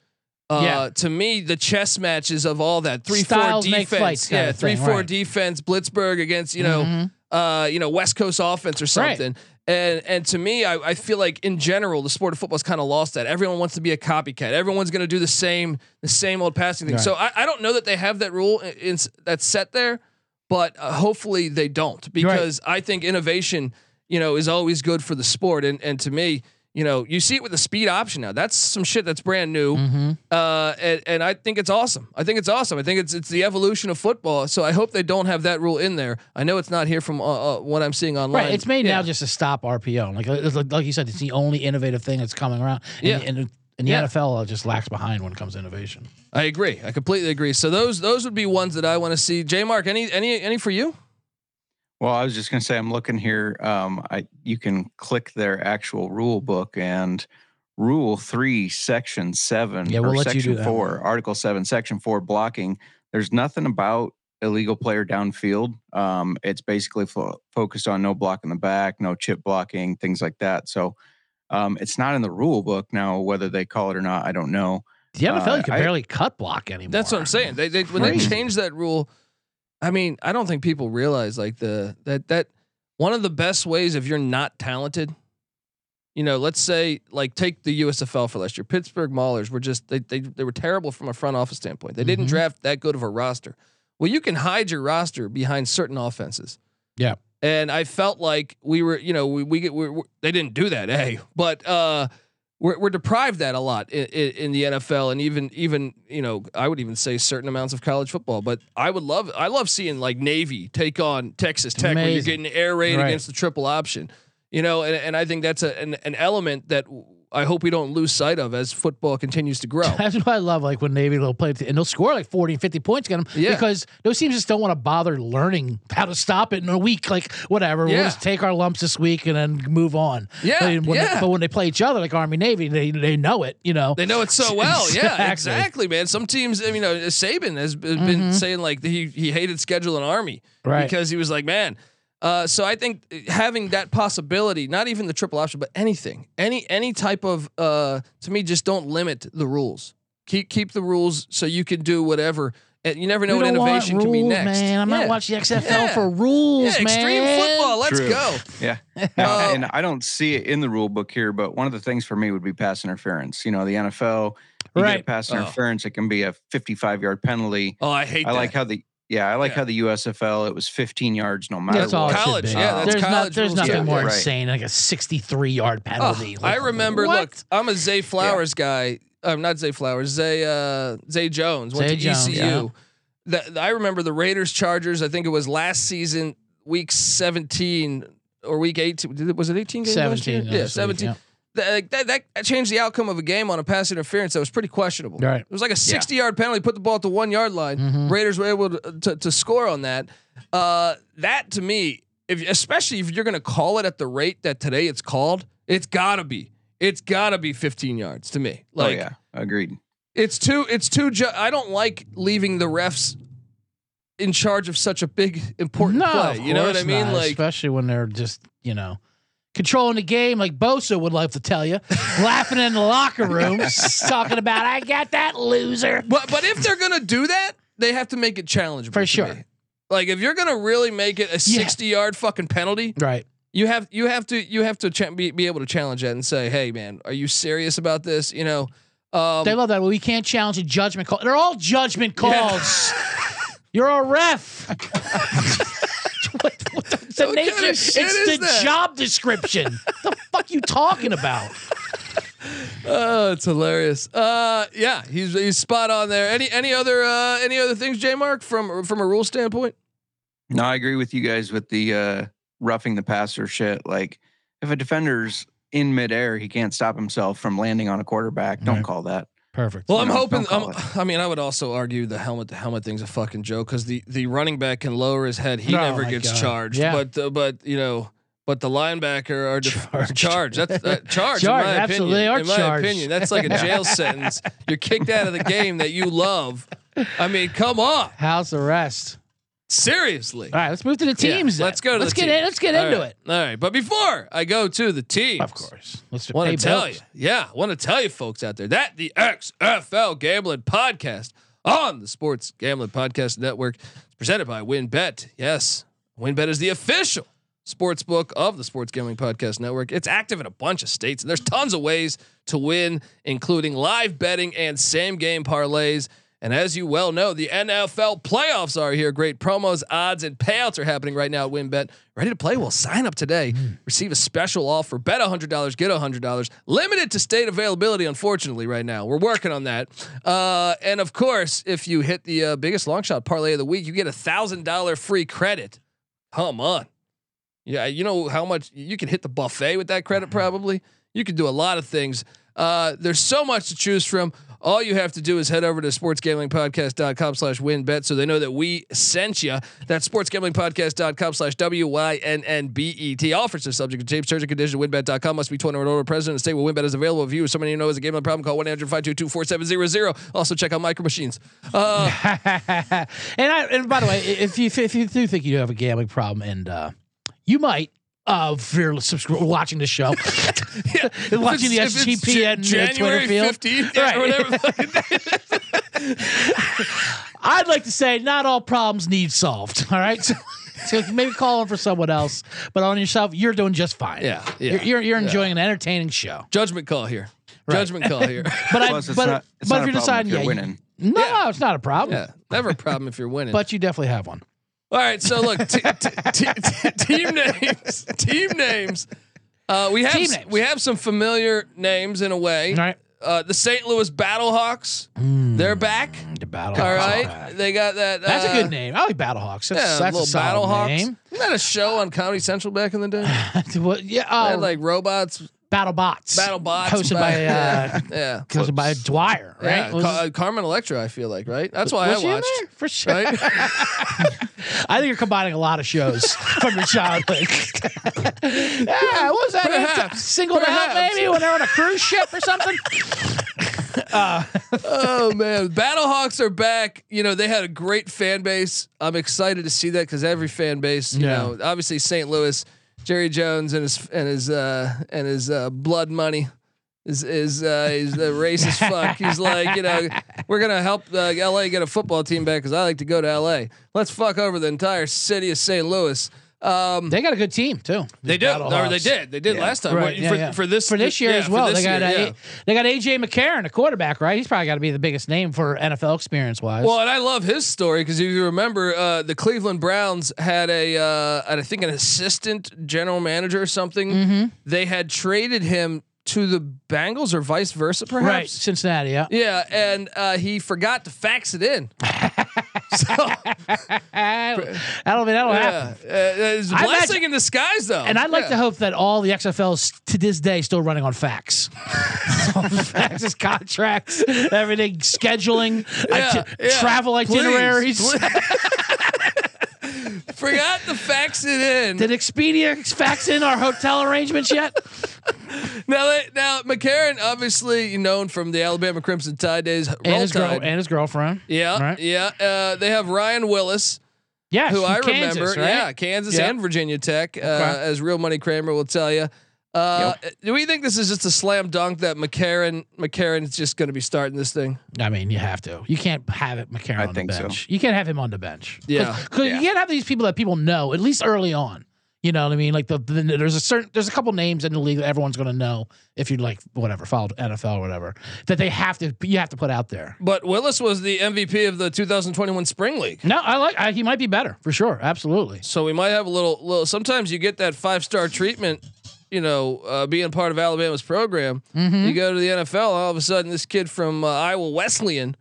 Speaker 1: Uh,
Speaker 9: Yeah.
Speaker 1: To me, the chess matches of all that three
Speaker 9: Styles
Speaker 1: four
Speaker 9: make
Speaker 1: defense,
Speaker 9: fights kinda
Speaker 1: yeah, three
Speaker 9: thing,
Speaker 1: four
Speaker 9: right. Mm-hmm.
Speaker 1: defense, Blitzberg against you know uh, you know, West Coast offense or
Speaker 9: Right.
Speaker 1: something. And and to me, I, I feel like in general, the sport of football's kind of lost that. Everyone wants to be a copycat. Everyone's going to do the same the same old passing thing. So I, I don't know that they have that rule in, in, that's set there, but uh, hopefully they don't because I think innovation, you know, is always good for the sport. And and to me. You know, you see it with the speed option now. That's some shit that's brand new,
Speaker 9: Mm-hmm.
Speaker 1: uh, and, and I think it's awesome. I think it's awesome. I think it's it's the evolution of football. So I hope they don't have that rule in there. I know it's not here from uh, uh, what I'm seeing online.
Speaker 9: Right, it's made
Speaker 1: Yeah.
Speaker 9: now just to stop RPO. Like, uh, it's like like you said, it's the only innovative thing that's coming around. And,
Speaker 1: Yeah.
Speaker 9: and, and the
Speaker 1: Yeah.
Speaker 9: NFL just lacks behind when it comes to innovation.
Speaker 1: I agree. I completely agree. So those those would be ones that I want to see. J Mark, any any any for you?
Speaker 10: Well, I was just going to say, I'm looking here. Um, I you can click their actual rule book and Rule Three, Section Seven,
Speaker 9: Yeah, we'll
Speaker 10: or
Speaker 9: let you
Speaker 10: Section
Speaker 9: do that
Speaker 10: Four, Article Seven, Section Four, blocking. There's nothing about illegal player downfield. Um, it's basically fo- focused on no block in the back, no chip blocking, things like that. So um, it's not in the rule book now. Whether they call it or not, I don't know.
Speaker 9: The NFL
Speaker 10: Uh,
Speaker 9: you can
Speaker 10: I-
Speaker 9: barely cut block anymore.
Speaker 1: That's what I'm saying. They, they when they
Speaker 10: Crazy.
Speaker 1: changed that rule, I mean, I don't think people realize like the that that one of the best ways if you're not talented, you know, let's say like take the USFL for last year. Pittsburgh Maulers were just they they they were terrible from a front office standpoint. They didn't
Speaker 9: Mhm.
Speaker 1: draft that good of a roster. Well, you can hide your roster behind certain offenses.
Speaker 9: Yeah.
Speaker 1: And I felt like we were, you know, we we get we, we they didn't do that, hey, but uh we're, we're deprived that a lot in, in the NFL and even even you know I would even say certain amounts of college football. But I would love I love seeing like Navy take on Texas Tech where you're
Speaker 9: Amazing.
Speaker 1: getting air raid
Speaker 9: Right.
Speaker 1: against the triple option, you know, and, and I think that's a, an an element that I hope we don't lose sight of as football continues to grow.
Speaker 9: That's what I love. Like when Navy will play, and they'll score like 40 and 50 points against them
Speaker 1: Yeah.
Speaker 9: because those teams just don't want to bother learning how to stop it in a week. Like, whatever,
Speaker 1: Yeah.
Speaker 9: we'll just take our lumps this week and then move on.
Speaker 1: Yeah,
Speaker 9: But when,
Speaker 1: yeah.
Speaker 9: but when they play each other, like Army Navy, they, they know it, you know.
Speaker 1: They know it so well. Yeah,
Speaker 9: Exactly. Mm-hmm.
Speaker 1: exactly, man. Some teams, I mean, you know, Saban has b- been saying like that he he hated scheduling Army
Speaker 9: Right.
Speaker 1: because he was like, man. Uh, so I think having that possibility, not even the triple option, but anything, any any type of, uh, to me, just don't limit the rules. Keep keep the rules so you can do whatever. And you never know
Speaker 9: We
Speaker 1: what
Speaker 9: don't want
Speaker 1: innovation can be
Speaker 9: rules,
Speaker 1: next.
Speaker 9: Man. I'm
Speaker 1: Yeah.
Speaker 9: not watching XFL
Speaker 1: Yeah.
Speaker 9: for rules,
Speaker 1: Yeah,
Speaker 9: man.
Speaker 1: extreme football. Let's
Speaker 10: True.
Speaker 1: go.
Speaker 10: Yeah.
Speaker 1: Uh,
Speaker 4: Oh.
Speaker 10: Now, and I don't see it in the rule book here, but one of the things for me would be pass interference. You know, the NFL, you get a
Speaker 9: Right.
Speaker 10: pass
Speaker 1: Oh.
Speaker 10: interference, it can be a 55 yard penalty.
Speaker 1: Oh, I hate
Speaker 10: I
Speaker 1: that.
Speaker 10: like how the, yeah, I like
Speaker 1: Yeah.
Speaker 10: how the USFL, it was 15 yards no matter
Speaker 9: That's all.
Speaker 10: what.
Speaker 9: it should
Speaker 1: College,
Speaker 9: be.
Speaker 1: yeah, that's
Speaker 9: there's
Speaker 1: college
Speaker 9: there's
Speaker 1: rules,
Speaker 9: nothing
Speaker 10: yeah.
Speaker 9: more
Speaker 10: Right.
Speaker 9: insane like a 63 yard
Speaker 1: Oh,
Speaker 9: penalty.
Speaker 1: I
Speaker 9: Like,
Speaker 1: remember.
Speaker 9: what?
Speaker 1: Look, I'm a Zay Flowers guy. I'm not Zay Flowers. Zay uh, Zay Jones went
Speaker 9: Zay
Speaker 1: to
Speaker 9: Jones,
Speaker 1: ECU.
Speaker 9: yeah.
Speaker 1: The- I remember the Raiders Chargers. I think it was last season, week 17 or week 18. Did it- Was it 18 games? last year?
Speaker 9: 17.
Speaker 1: Yeah, 17. That, like, that that changed the outcome of a game on a pass interference that was pretty questionable.
Speaker 9: Right.
Speaker 1: It
Speaker 9: Mm-hmm.
Speaker 1: was like a 60 yard penalty, put the ball at the one yard line. Raiders were able to, uh, to, to score on that. Uh, that to me, if especially if you're going to call it at the rate that today it's called, it's got to be. It's got to be 15 yards to me.
Speaker 10: Oh,
Speaker 1: Like
Speaker 10: yeah. Agreed.
Speaker 1: it's too it's too ju- I don't like leaving the refs in charge of such a big important
Speaker 9: No,
Speaker 1: play.
Speaker 9: of
Speaker 1: You know what I
Speaker 9: course
Speaker 1: mean?
Speaker 9: not,
Speaker 1: Like
Speaker 9: especially when they're just you know controlling the game, like Bosa would love to tell you, laughing in the locker room, talking about I got that loser.
Speaker 1: But but if they're gonna do that, they have to make it challengeable
Speaker 9: For
Speaker 1: to
Speaker 9: sure.
Speaker 1: me. Like if you're gonna really make it a
Speaker 9: Yeah.
Speaker 1: sixty yard fucking penalty,
Speaker 9: Right.
Speaker 1: you have you have to you have to cha- be, be able to challenge that and say, hey man, are you serious about this? You know, um,
Speaker 9: They love that. Well, we can't challenge a judgment call. They're all judgment calls. You're a ref. what, what the, the
Speaker 1: What
Speaker 9: nature,
Speaker 1: kind of shit
Speaker 9: it's
Speaker 1: is
Speaker 9: the
Speaker 1: that?
Speaker 9: job description. the fuck you talking about?
Speaker 1: oh, it's hilarious. Uh, yeah, he's he's spot on there. Any any other uh, any other things, J Mark, from from a rule standpoint?
Speaker 10: No, I agree with you guys with the uh, roughing the passer shit. Like, if a defender's in midair, he can't stop himself from landing on a quarterback. Don't
Speaker 9: Right.
Speaker 10: call that.
Speaker 9: Perfect.
Speaker 1: Well, I'm
Speaker 10: No,
Speaker 1: hoping.
Speaker 10: don't
Speaker 1: I'm,
Speaker 10: call
Speaker 1: I mean, I would also argue the helmet to helmet thing's a fucking joke because the the running back can lower his head. He
Speaker 9: No,
Speaker 1: never
Speaker 9: my
Speaker 1: gets
Speaker 9: God.
Speaker 1: charged.
Speaker 9: Yeah.
Speaker 1: But uh, but you know. But the linebacker are def- are
Speaker 9: Charged.
Speaker 1: charged. That's uh, charged. in
Speaker 9: Charged,
Speaker 1: my
Speaker 9: absolutely, they
Speaker 1: opinion.
Speaker 9: are
Speaker 1: in my
Speaker 9: charged.
Speaker 1: opinion, that's like a jail sentence. You're kicked out of the game that you love. I mean, come on,
Speaker 9: House arrest.
Speaker 1: seriously.
Speaker 9: All right, let's move to the
Speaker 1: Yeah,
Speaker 9: teams. then.
Speaker 1: let's go to
Speaker 9: let's
Speaker 1: the
Speaker 9: get
Speaker 1: teams.
Speaker 9: in, let's get
Speaker 1: All
Speaker 9: into
Speaker 1: right,
Speaker 9: it.
Speaker 1: All right, but before I go to the team,
Speaker 9: Of course. Let's
Speaker 1: want
Speaker 9: pay
Speaker 1: to tell
Speaker 9: bills.
Speaker 1: you, yeah, want to tell you folks out there that the XFL Gambling Podcast on the Sports Gambling Podcast Network is presented by WinBet. Yes, WinBet is the official sports book of the Sports Gambling Podcast Network. It's active in a bunch of states, and there's tons of ways to win, including live betting and same game parlays. And as you well know, the NFL playoffs are here. Great promos, odds, and payouts are happening right now at WinBet. Ready to play? Well, sign up today. Receive a special offer. Bet $100, get $100. Limited to state availability, unfortunately, right now. We're working on that. Uh, and of course, if you hit the uh, biggest long shot parlay of the week, you get a $1,000 free credit. Come on. Yeah, you know how much you can hit the buffet with that credit.
Speaker 9: Mm-hmm.
Speaker 1: Probably you can do a lot of things. Uh, there's so much to choose from. All you have to do is head over to sportsgamblingpodcast.com slash winbet so they know that we sent you. That's sportsgamblingpodcast.com slash W-Y-N-N-B-E-T. E Offers are subject to change, terms and conditions. Winbet.com must be 21 or older. President and state where winbet is available. If you or somebody you know has a gambling problem, call 1-800-522-4700. Also check out Micro Machines. Uh,
Speaker 9: and I, and by the way, i- if you if you do think you have a gambling problem, and uh, you might. Uh, if you're subscri- watching the show, watching the
Speaker 1: If it's- if it's
Speaker 9: SGPN
Speaker 1: Jan-
Speaker 9: uh, Twitter
Speaker 1: January
Speaker 9: field,
Speaker 1: 15th, yeah, or
Speaker 9: Right.
Speaker 1: whatever the fuck
Speaker 9: I'd like to say not all problems need solved. All right, so, so maybe call in for someone else, but on yourself, you're doing just fine.
Speaker 1: Yeah, yeah,
Speaker 9: you're you're, you're
Speaker 1: yeah.
Speaker 9: enjoying an entertaining show.
Speaker 1: Judgment call here. Judgment call here.
Speaker 9: But I,
Speaker 10: Plus, it's
Speaker 9: but,
Speaker 10: not- it's
Speaker 9: but
Speaker 10: not
Speaker 9: if
Speaker 10: a problem
Speaker 9: you're
Speaker 10: if
Speaker 9: deciding,
Speaker 10: you're
Speaker 9: yeah, you-
Speaker 10: winning.
Speaker 9: no,
Speaker 1: Yeah.
Speaker 9: it's not a problem.
Speaker 1: yeah, never a problem if you're winning.
Speaker 9: But you definitely have one.
Speaker 1: All right, so look, t- t- t- t- team names, team names. Uh, we have
Speaker 9: Team
Speaker 1: s-
Speaker 9: names.
Speaker 1: we have some familiar names in a way.
Speaker 9: All right,
Speaker 1: Uh, the St. Louis Battlehawks, they're back.
Speaker 9: the
Speaker 1: All
Speaker 9: battle. Hawks are
Speaker 1: right,
Speaker 9: back.
Speaker 1: they got that.
Speaker 9: that's
Speaker 1: uh,
Speaker 9: a good name. I like Battlehawks. That's,
Speaker 1: Yeah,
Speaker 9: that's a,
Speaker 1: little
Speaker 9: solid
Speaker 1: Battlehawks.
Speaker 9: name.
Speaker 1: Isn't that a show on Comedy Central back in the day? They
Speaker 9: What- yeah,
Speaker 1: had
Speaker 9: oh,
Speaker 1: like robots,
Speaker 9: Battle Bots.
Speaker 1: battle bots,
Speaker 9: hosted
Speaker 1: ba-
Speaker 9: by uh,
Speaker 1: yeah, yeah,
Speaker 9: hosted by Dwyer, right?
Speaker 1: yeah.
Speaker 9: Was-
Speaker 1: Ca- uh, Carmen Electra. I feel like right. That's why
Speaker 9: was she
Speaker 1: I
Speaker 9: in
Speaker 1: watched.
Speaker 9: there? for sure.
Speaker 1: Right.
Speaker 9: I think you're combining a lot of shows from your childhood. yeah, what was that?
Speaker 1: Perhaps.
Speaker 9: Singled out
Speaker 1: Perhaps.
Speaker 9: maybe when they're on a cruise ship or something.
Speaker 1: Oh man, Battlehawks are back. You know they had a great fan base. I'm excited to see that because every fan base, you
Speaker 9: Yeah.
Speaker 1: know, obviously St. Louis, Jerry Jones and his and his uh, and his uh, blood money is is uh, he's the racist fuck. He's like, you know, we're gonna help uh, L.A. get a football team back because I like to go to L.A. Let's fuck over the entire city of St. Louis. Um,
Speaker 9: They got a good team too.
Speaker 1: they
Speaker 9: the
Speaker 1: do,
Speaker 9: Battle
Speaker 1: or they
Speaker 9: Hawks.
Speaker 1: did, they did
Speaker 10: Yeah.
Speaker 1: last time
Speaker 9: Right,
Speaker 1: Wait,
Speaker 9: yeah,
Speaker 1: for,
Speaker 9: yeah.
Speaker 1: for this
Speaker 9: for this year
Speaker 1: yeah,
Speaker 9: as
Speaker 1: for
Speaker 9: well.
Speaker 1: this
Speaker 9: They got
Speaker 1: year,
Speaker 9: uh,
Speaker 1: yeah.
Speaker 9: A- they got AJ McCarron, a quarterback, right? He's probably got to be the biggest name for NFL experience wise.
Speaker 1: Well, and I love his story because if you remember, uh, the Cleveland Browns had a, uh, I think, an assistant general manager or something.
Speaker 9: Mm-hmm.
Speaker 1: They had traded him to the Bengals or vice versa, perhaps.
Speaker 9: right, Cincinnati. Yeah,
Speaker 1: Yeah, and uh, he forgot to fax it in. so
Speaker 9: I don't, I don't mean that'll
Speaker 1: yeah, uh,
Speaker 9: happen.
Speaker 1: it's a
Speaker 9: I
Speaker 1: blessing
Speaker 9: imagine-
Speaker 1: in disguise, though.
Speaker 9: And I'd like
Speaker 1: Yeah.
Speaker 9: to hope that all the XFLs to this day still running on fax. faxes, contracts, everything, scheduling,
Speaker 1: Yeah,
Speaker 9: iti-
Speaker 1: yeah.
Speaker 9: travel
Speaker 1: Please,
Speaker 9: itineraries.
Speaker 1: forgot to fax it in.
Speaker 9: Did Expedia fax in our hotel arrangements yet?
Speaker 1: now, they, now McCarron, obviously known from the Alabama Crimson Tide days,
Speaker 9: and,
Speaker 1: Roll
Speaker 9: his girl,
Speaker 1: Tide.
Speaker 9: and his girlfriend.
Speaker 1: yeah,
Speaker 9: Right.
Speaker 1: yeah. Uh, they have Ryan Willis.
Speaker 9: Yes,
Speaker 1: who
Speaker 9: from
Speaker 1: I
Speaker 9: Kansas,
Speaker 1: remember,
Speaker 9: right?
Speaker 1: yeah, Kansas
Speaker 9: Yeah.
Speaker 1: and Virginia Tech, uh, as real money Kramer will tell you. Uh, Do we think this is just a slam dunk that McCarron McCarron's just going to be starting this thing?
Speaker 9: I mean, you have to. You can't have it McCarron
Speaker 10: I
Speaker 9: on
Speaker 10: think
Speaker 9: the
Speaker 10: so.
Speaker 9: bench. You can't have him on the bench. 'Cause-
Speaker 1: Yeah.
Speaker 9: 'cause
Speaker 10: Yeah.
Speaker 9: you can't have these people that people know at least early on. You know what I mean? Like the, the there's a certain there's a couple names in the league that everyone's going to know if you like whatever followed NFL or whatever that they have to you have to put out there.
Speaker 1: But Willis was the MVP of the 2021 Spring League,
Speaker 9: No, I like I, he might be better for sure. Absolutely.
Speaker 1: so we might have a little. little sometimes you get that five star treatment, you know, uh, being part of Alabama's program.
Speaker 9: Mm-hmm.
Speaker 1: You go to the NFL, all of a sudden, this kid from uh, Iowa Wesleyan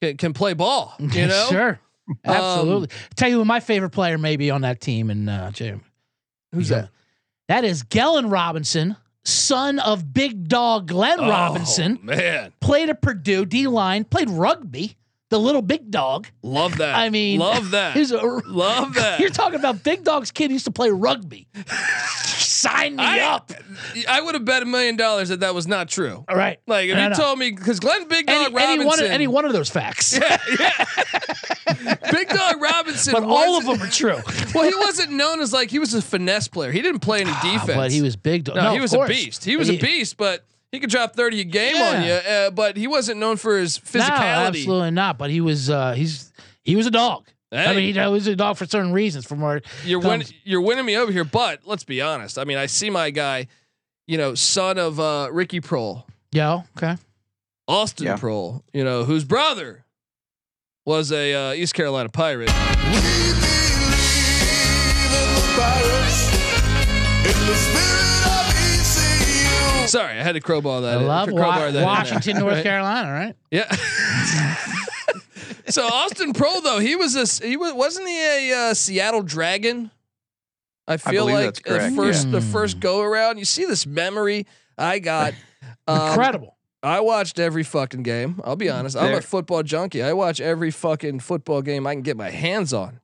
Speaker 1: can, can play ball. You know,
Speaker 9: sure. Absolutely. Tell you who my favorite player may be on that team, and uh, Jim.
Speaker 1: who's
Speaker 9: Yeah.
Speaker 1: that?
Speaker 9: That is Gellin Robinson, son of big dog Glenn
Speaker 1: Oh,
Speaker 9: Robinson,
Speaker 1: man,
Speaker 9: played at Purdue, D line, played rugby, the little big dog.
Speaker 1: love that.
Speaker 9: I mean,
Speaker 1: love that.
Speaker 9: he's a-
Speaker 1: love that.
Speaker 9: You're talking about Big Dog's kid used to play rugby. Sign me
Speaker 1: I-
Speaker 9: up.
Speaker 1: I would have bet a million dollars that that was not true.
Speaker 9: All right.
Speaker 1: Like if
Speaker 9: No,
Speaker 1: you
Speaker 9: no.
Speaker 1: told me, because Glenn Big Dog
Speaker 9: any,
Speaker 1: Robinson,
Speaker 9: any one of, any one of those facts,
Speaker 1: Big Dog Robinson,
Speaker 9: but all of
Speaker 1: wasn't-
Speaker 9: them are true.
Speaker 1: Well, he wasn't known as like he was a finesse player. He didn't play any defense,
Speaker 9: Ah, but he was big. Dog.
Speaker 1: no, he
Speaker 9: of
Speaker 1: was a
Speaker 9: course.
Speaker 1: beast. He was
Speaker 9: He-
Speaker 1: a beast, but he could drop thirty a game on
Speaker 9: Yeah.
Speaker 1: you. Uh, but he wasn't known for his
Speaker 9: No,
Speaker 1: physicality.
Speaker 9: absolutely not. But he was. Uh, he's he was a dog. I
Speaker 1: Hey.
Speaker 9: mean, he was a dog for certain reasons. From where
Speaker 1: you're win-
Speaker 9: comes-
Speaker 1: you're winning me over here. But let's be honest. I mean, I see my guy, you know, son of uh, Ricky Prohl,
Speaker 9: yeah, okay,
Speaker 1: Austin
Speaker 10: Yeah.
Speaker 1: Prohl, you know, whose brother was a uh, East Carolina Pirate. Sorry, I had to crowbar that.
Speaker 9: I
Speaker 1: in-
Speaker 9: love
Speaker 1: crowbar
Speaker 9: Wa-
Speaker 1: that in there,
Speaker 9: Washington, North
Speaker 1: right?
Speaker 9: Carolina, right?
Speaker 1: Yeah. so Austin Pro though he was a he was wasn't he a uh, Seattle Dragon? I feel
Speaker 10: believe
Speaker 1: like
Speaker 10: that's
Speaker 1: the
Speaker 10: correct,
Speaker 1: first
Speaker 9: yeah.
Speaker 1: the first go around. You see this memory I got. Um,
Speaker 9: Incredible.
Speaker 1: I watched every fucking game. I'll be honest. I'm a
Speaker 10: There-
Speaker 1: football junkie. I watch every fucking football game I can get my hands on.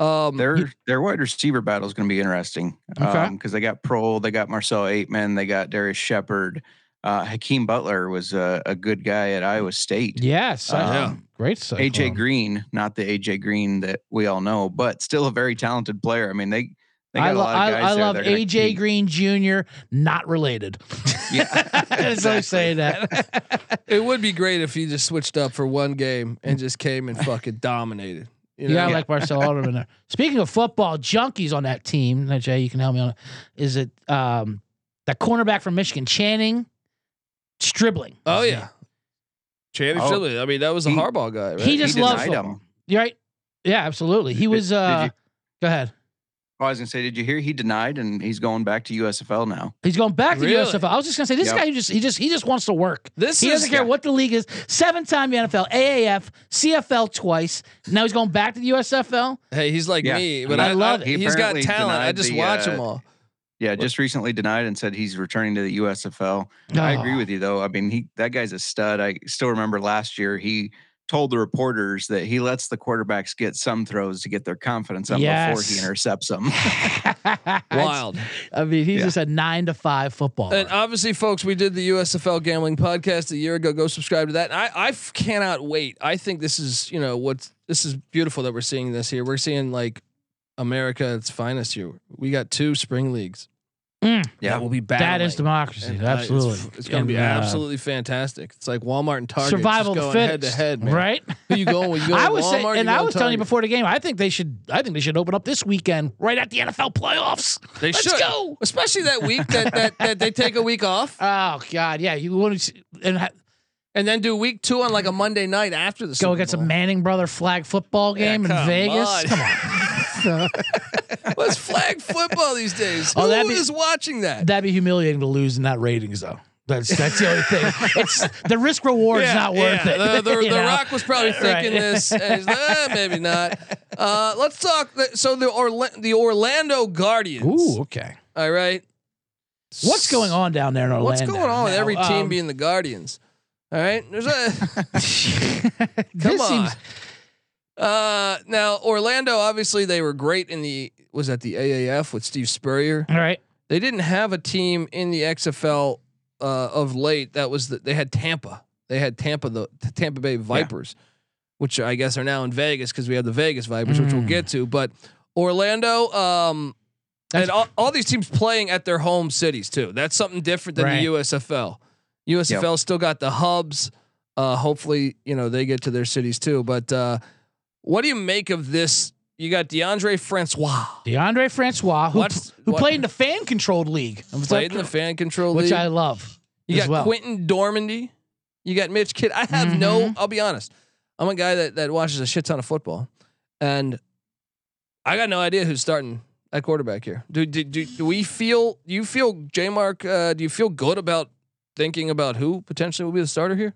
Speaker 1: Um,
Speaker 10: Their their wide receiver battle is going to be interesting
Speaker 9: Okay.
Speaker 10: because they got Pro, they got Marcel Aitman, they got Darius Shepard. Uh, Hakeem Butler was a, a good guy at Iowa State.
Speaker 9: Yes,
Speaker 10: Oh,
Speaker 9: I-
Speaker 1: Yeah.
Speaker 9: great. Um, Cyclone.
Speaker 10: AJ Green, not the AJ Green that we all know, but still a very talented player. I mean, they they got
Speaker 9: I,
Speaker 10: a
Speaker 9: lo-
Speaker 10: lot
Speaker 9: I,
Speaker 10: of guys
Speaker 9: I
Speaker 10: there
Speaker 9: love
Speaker 10: that are gonna
Speaker 9: AJ
Speaker 10: keep-
Speaker 9: Green Jr. Not related.
Speaker 10: Yeah,
Speaker 9: so say that.
Speaker 1: it would be great if he just switched up for one game and just came and fucking dominated. You
Speaker 9: You
Speaker 1: know?
Speaker 9: gotta like Marcel Alderman there. Speaking of football junkies on that team, now, Jay, you can help me on it. Is it um, that cornerback from Michigan, Channing Stribling?
Speaker 1: Oh yeah, Channing
Speaker 10: Oh.
Speaker 1: Frilley. I mean, that was a
Speaker 10: He-
Speaker 1: Harbaugh guy. Right?
Speaker 9: He just loves
Speaker 10: denied
Speaker 9: football.
Speaker 10: him.
Speaker 9: You're right. Yeah, absolutely. He
Speaker 10: Did-
Speaker 9: was.
Speaker 10: did
Speaker 9: Uh,
Speaker 10: you-
Speaker 9: go ahead.
Speaker 10: Oh, I was gonna say, did you hear he denied and he's going back to USFL now?
Speaker 9: He's going back to
Speaker 1: Really?
Speaker 9: the USFL. I was just gonna say this
Speaker 10: Yep.
Speaker 9: guy just he just he just wants to work.
Speaker 1: This
Speaker 9: he
Speaker 1: is-
Speaker 9: doesn't care what the league is. Seven time NFL, AAF, CFL twice. Now he's going back to the USFL.
Speaker 1: Hey, he's like
Speaker 10: Yeah.
Speaker 1: me, but
Speaker 10: I
Speaker 1: I,
Speaker 9: love
Speaker 1: I-
Speaker 10: it. He
Speaker 1: He's got
Speaker 10: apparently
Speaker 1: talent. I
Speaker 10: denied
Speaker 1: just
Speaker 10: the,
Speaker 1: watch
Speaker 10: uh,
Speaker 1: them all.
Speaker 10: Yeah, just recently denied and said he's returning to the USFL. I agree
Speaker 9: Oh.
Speaker 10: with you though. I mean, he that guy's a stud. I still remember last year he told the reporters that he lets the quarterbacks get some throws to get their confidence up before
Speaker 9: Yes.
Speaker 10: he intercepts them.
Speaker 1: Wild.
Speaker 9: I mean, he's
Speaker 10: Yeah.
Speaker 9: just a nine to five footballer.
Speaker 1: And uh, obviously, folks, we did the USFL gambling podcast a year ago. Go subscribe to that. And I I f- cannot wait. I think this is you know what this is beautiful that we're seeing this here. We're seeing like America at its finest here. We got two spring leagues.
Speaker 9: Mm.
Speaker 10: Yeah.
Speaker 1: that will be battling.
Speaker 9: that is democracy.
Speaker 1: And, uh, it's-
Speaker 9: absolutely.
Speaker 1: it's, going to
Speaker 9: And,
Speaker 1: be
Speaker 9: uh,
Speaker 1: absolutely fantastic. It's like Walmart and Target.
Speaker 9: survival
Speaker 1: just
Speaker 9: of the
Speaker 1: going head to
Speaker 9: fittest,
Speaker 1: head, man.
Speaker 9: right?
Speaker 1: Who you going with? You going
Speaker 9: I
Speaker 1: to
Speaker 9: was
Speaker 1: Walmart,
Speaker 9: saying,
Speaker 1: you
Speaker 9: and I
Speaker 1: going
Speaker 9: was telling you
Speaker 1: Target?
Speaker 9: before the game. I think they should. I think they should open up this weekend, right at the NFL playoffs.
Speaker 1: They
Speaker 9: Let's
Speaker 1: should,
Speaker 9: go.
Speaker 1: especially that week that, that that they take a week off
Speaker 9: Oh God, yeah. You want to and ha-
Speaker 1: and then do week two on like a Monday night after the
Speaker 9: go
Speaker 1: Super
Speaker 9: against a
Speaker 1: Bowl.
Speaker 9: Manning brother flag football
Speaker 1: Yeah,
Speaker 9: game
Speaker 1: come
Speaker 9: in Vegas?
Speaker 1: on.
Speaker 9: Come on,
Speaker 1: What's flag football these days?
Speaker 9: Oh,
Speaker 1: Who is
Speaker 9: that'd be-
Speaker 1: watching that?
Speaker 9: that'd be humiliating to lose in that ratings though. That's that's the only thing. It's the risk reward is not worth
Speaker 1: yeah.
Speaker 9: it.
Speaker 1: The, the,
Speaker 9: you
Speaker 1: The
Speaker 9: know?
Speaker 1: Rock was probably
Speaker 9: Right.
Speaker 1: thinking this. and he's like, "Ah, maybe not. Uh, let's talk. th- So the Orla- the Orlando Guardians.
Speaker 9: Ooh, okay.
Speaker 1: All right.
Speaker 9: What's going on down there in Orlando?
Speaker 1: What's going on with
Speaker 9: now?
Speaker 1: every team
Speaker 9: Um,
Speaker 1: being the Guardians? All right. There's a.
Speaker 9: this
Speaker 1: Come
Speaker 9: seems
Speaker 1: on. Uh, now Orlando, obviously they were great in the was at the AAF with Steve Spurrier.
Speaker 9: all right.
Speaker 1: They didn't have a team in the XFL uh, of late. That was the, they had Tampa. They had Tampa the Tampa Bay Vipers, which I guess are now in Vegas because we have the Vegas Vipers, which we'll
Speaker 9: Mm.
Speaker 1: get to. But Orlando, um, and
Speaker 9: That's-
Speaker 1: all, all these teams playing at their home cities too. That's something different than
Speaker 9: Right.
Speaker 1: the USFL. USFL still got the hubs. Uh, hopefully, you know they get to their cities too. But uh, what do you make of this? You got DeAndre Francois
Speaker 9: DeAndre Francois, who,
Speaker 1: What's-
Speaker 9: who
Speaker 1: what-
Speaker 9: played in the fan controlled league, Is that
Speaker 1: played in the fan control
Speaker 9: which
Speaker 1: league.
Speaker 9: I love.
Speaker 1: You
Speaker 9: as
Speaker 1: got
Speaker 9: well.
Speaker 1: Quentin Dormandy. You got Mitch Kidd. I have no.
Speaker 9: Mm-hmm.
Speaker 1: I'll be honest. I'm a guy that that watches a shit ton of football, and I got no idea who's starting at quarterback here. Do do do, do we feel? Do you feel J Mark? Uh, do you feel good about thinking about who potentially will be the starter here?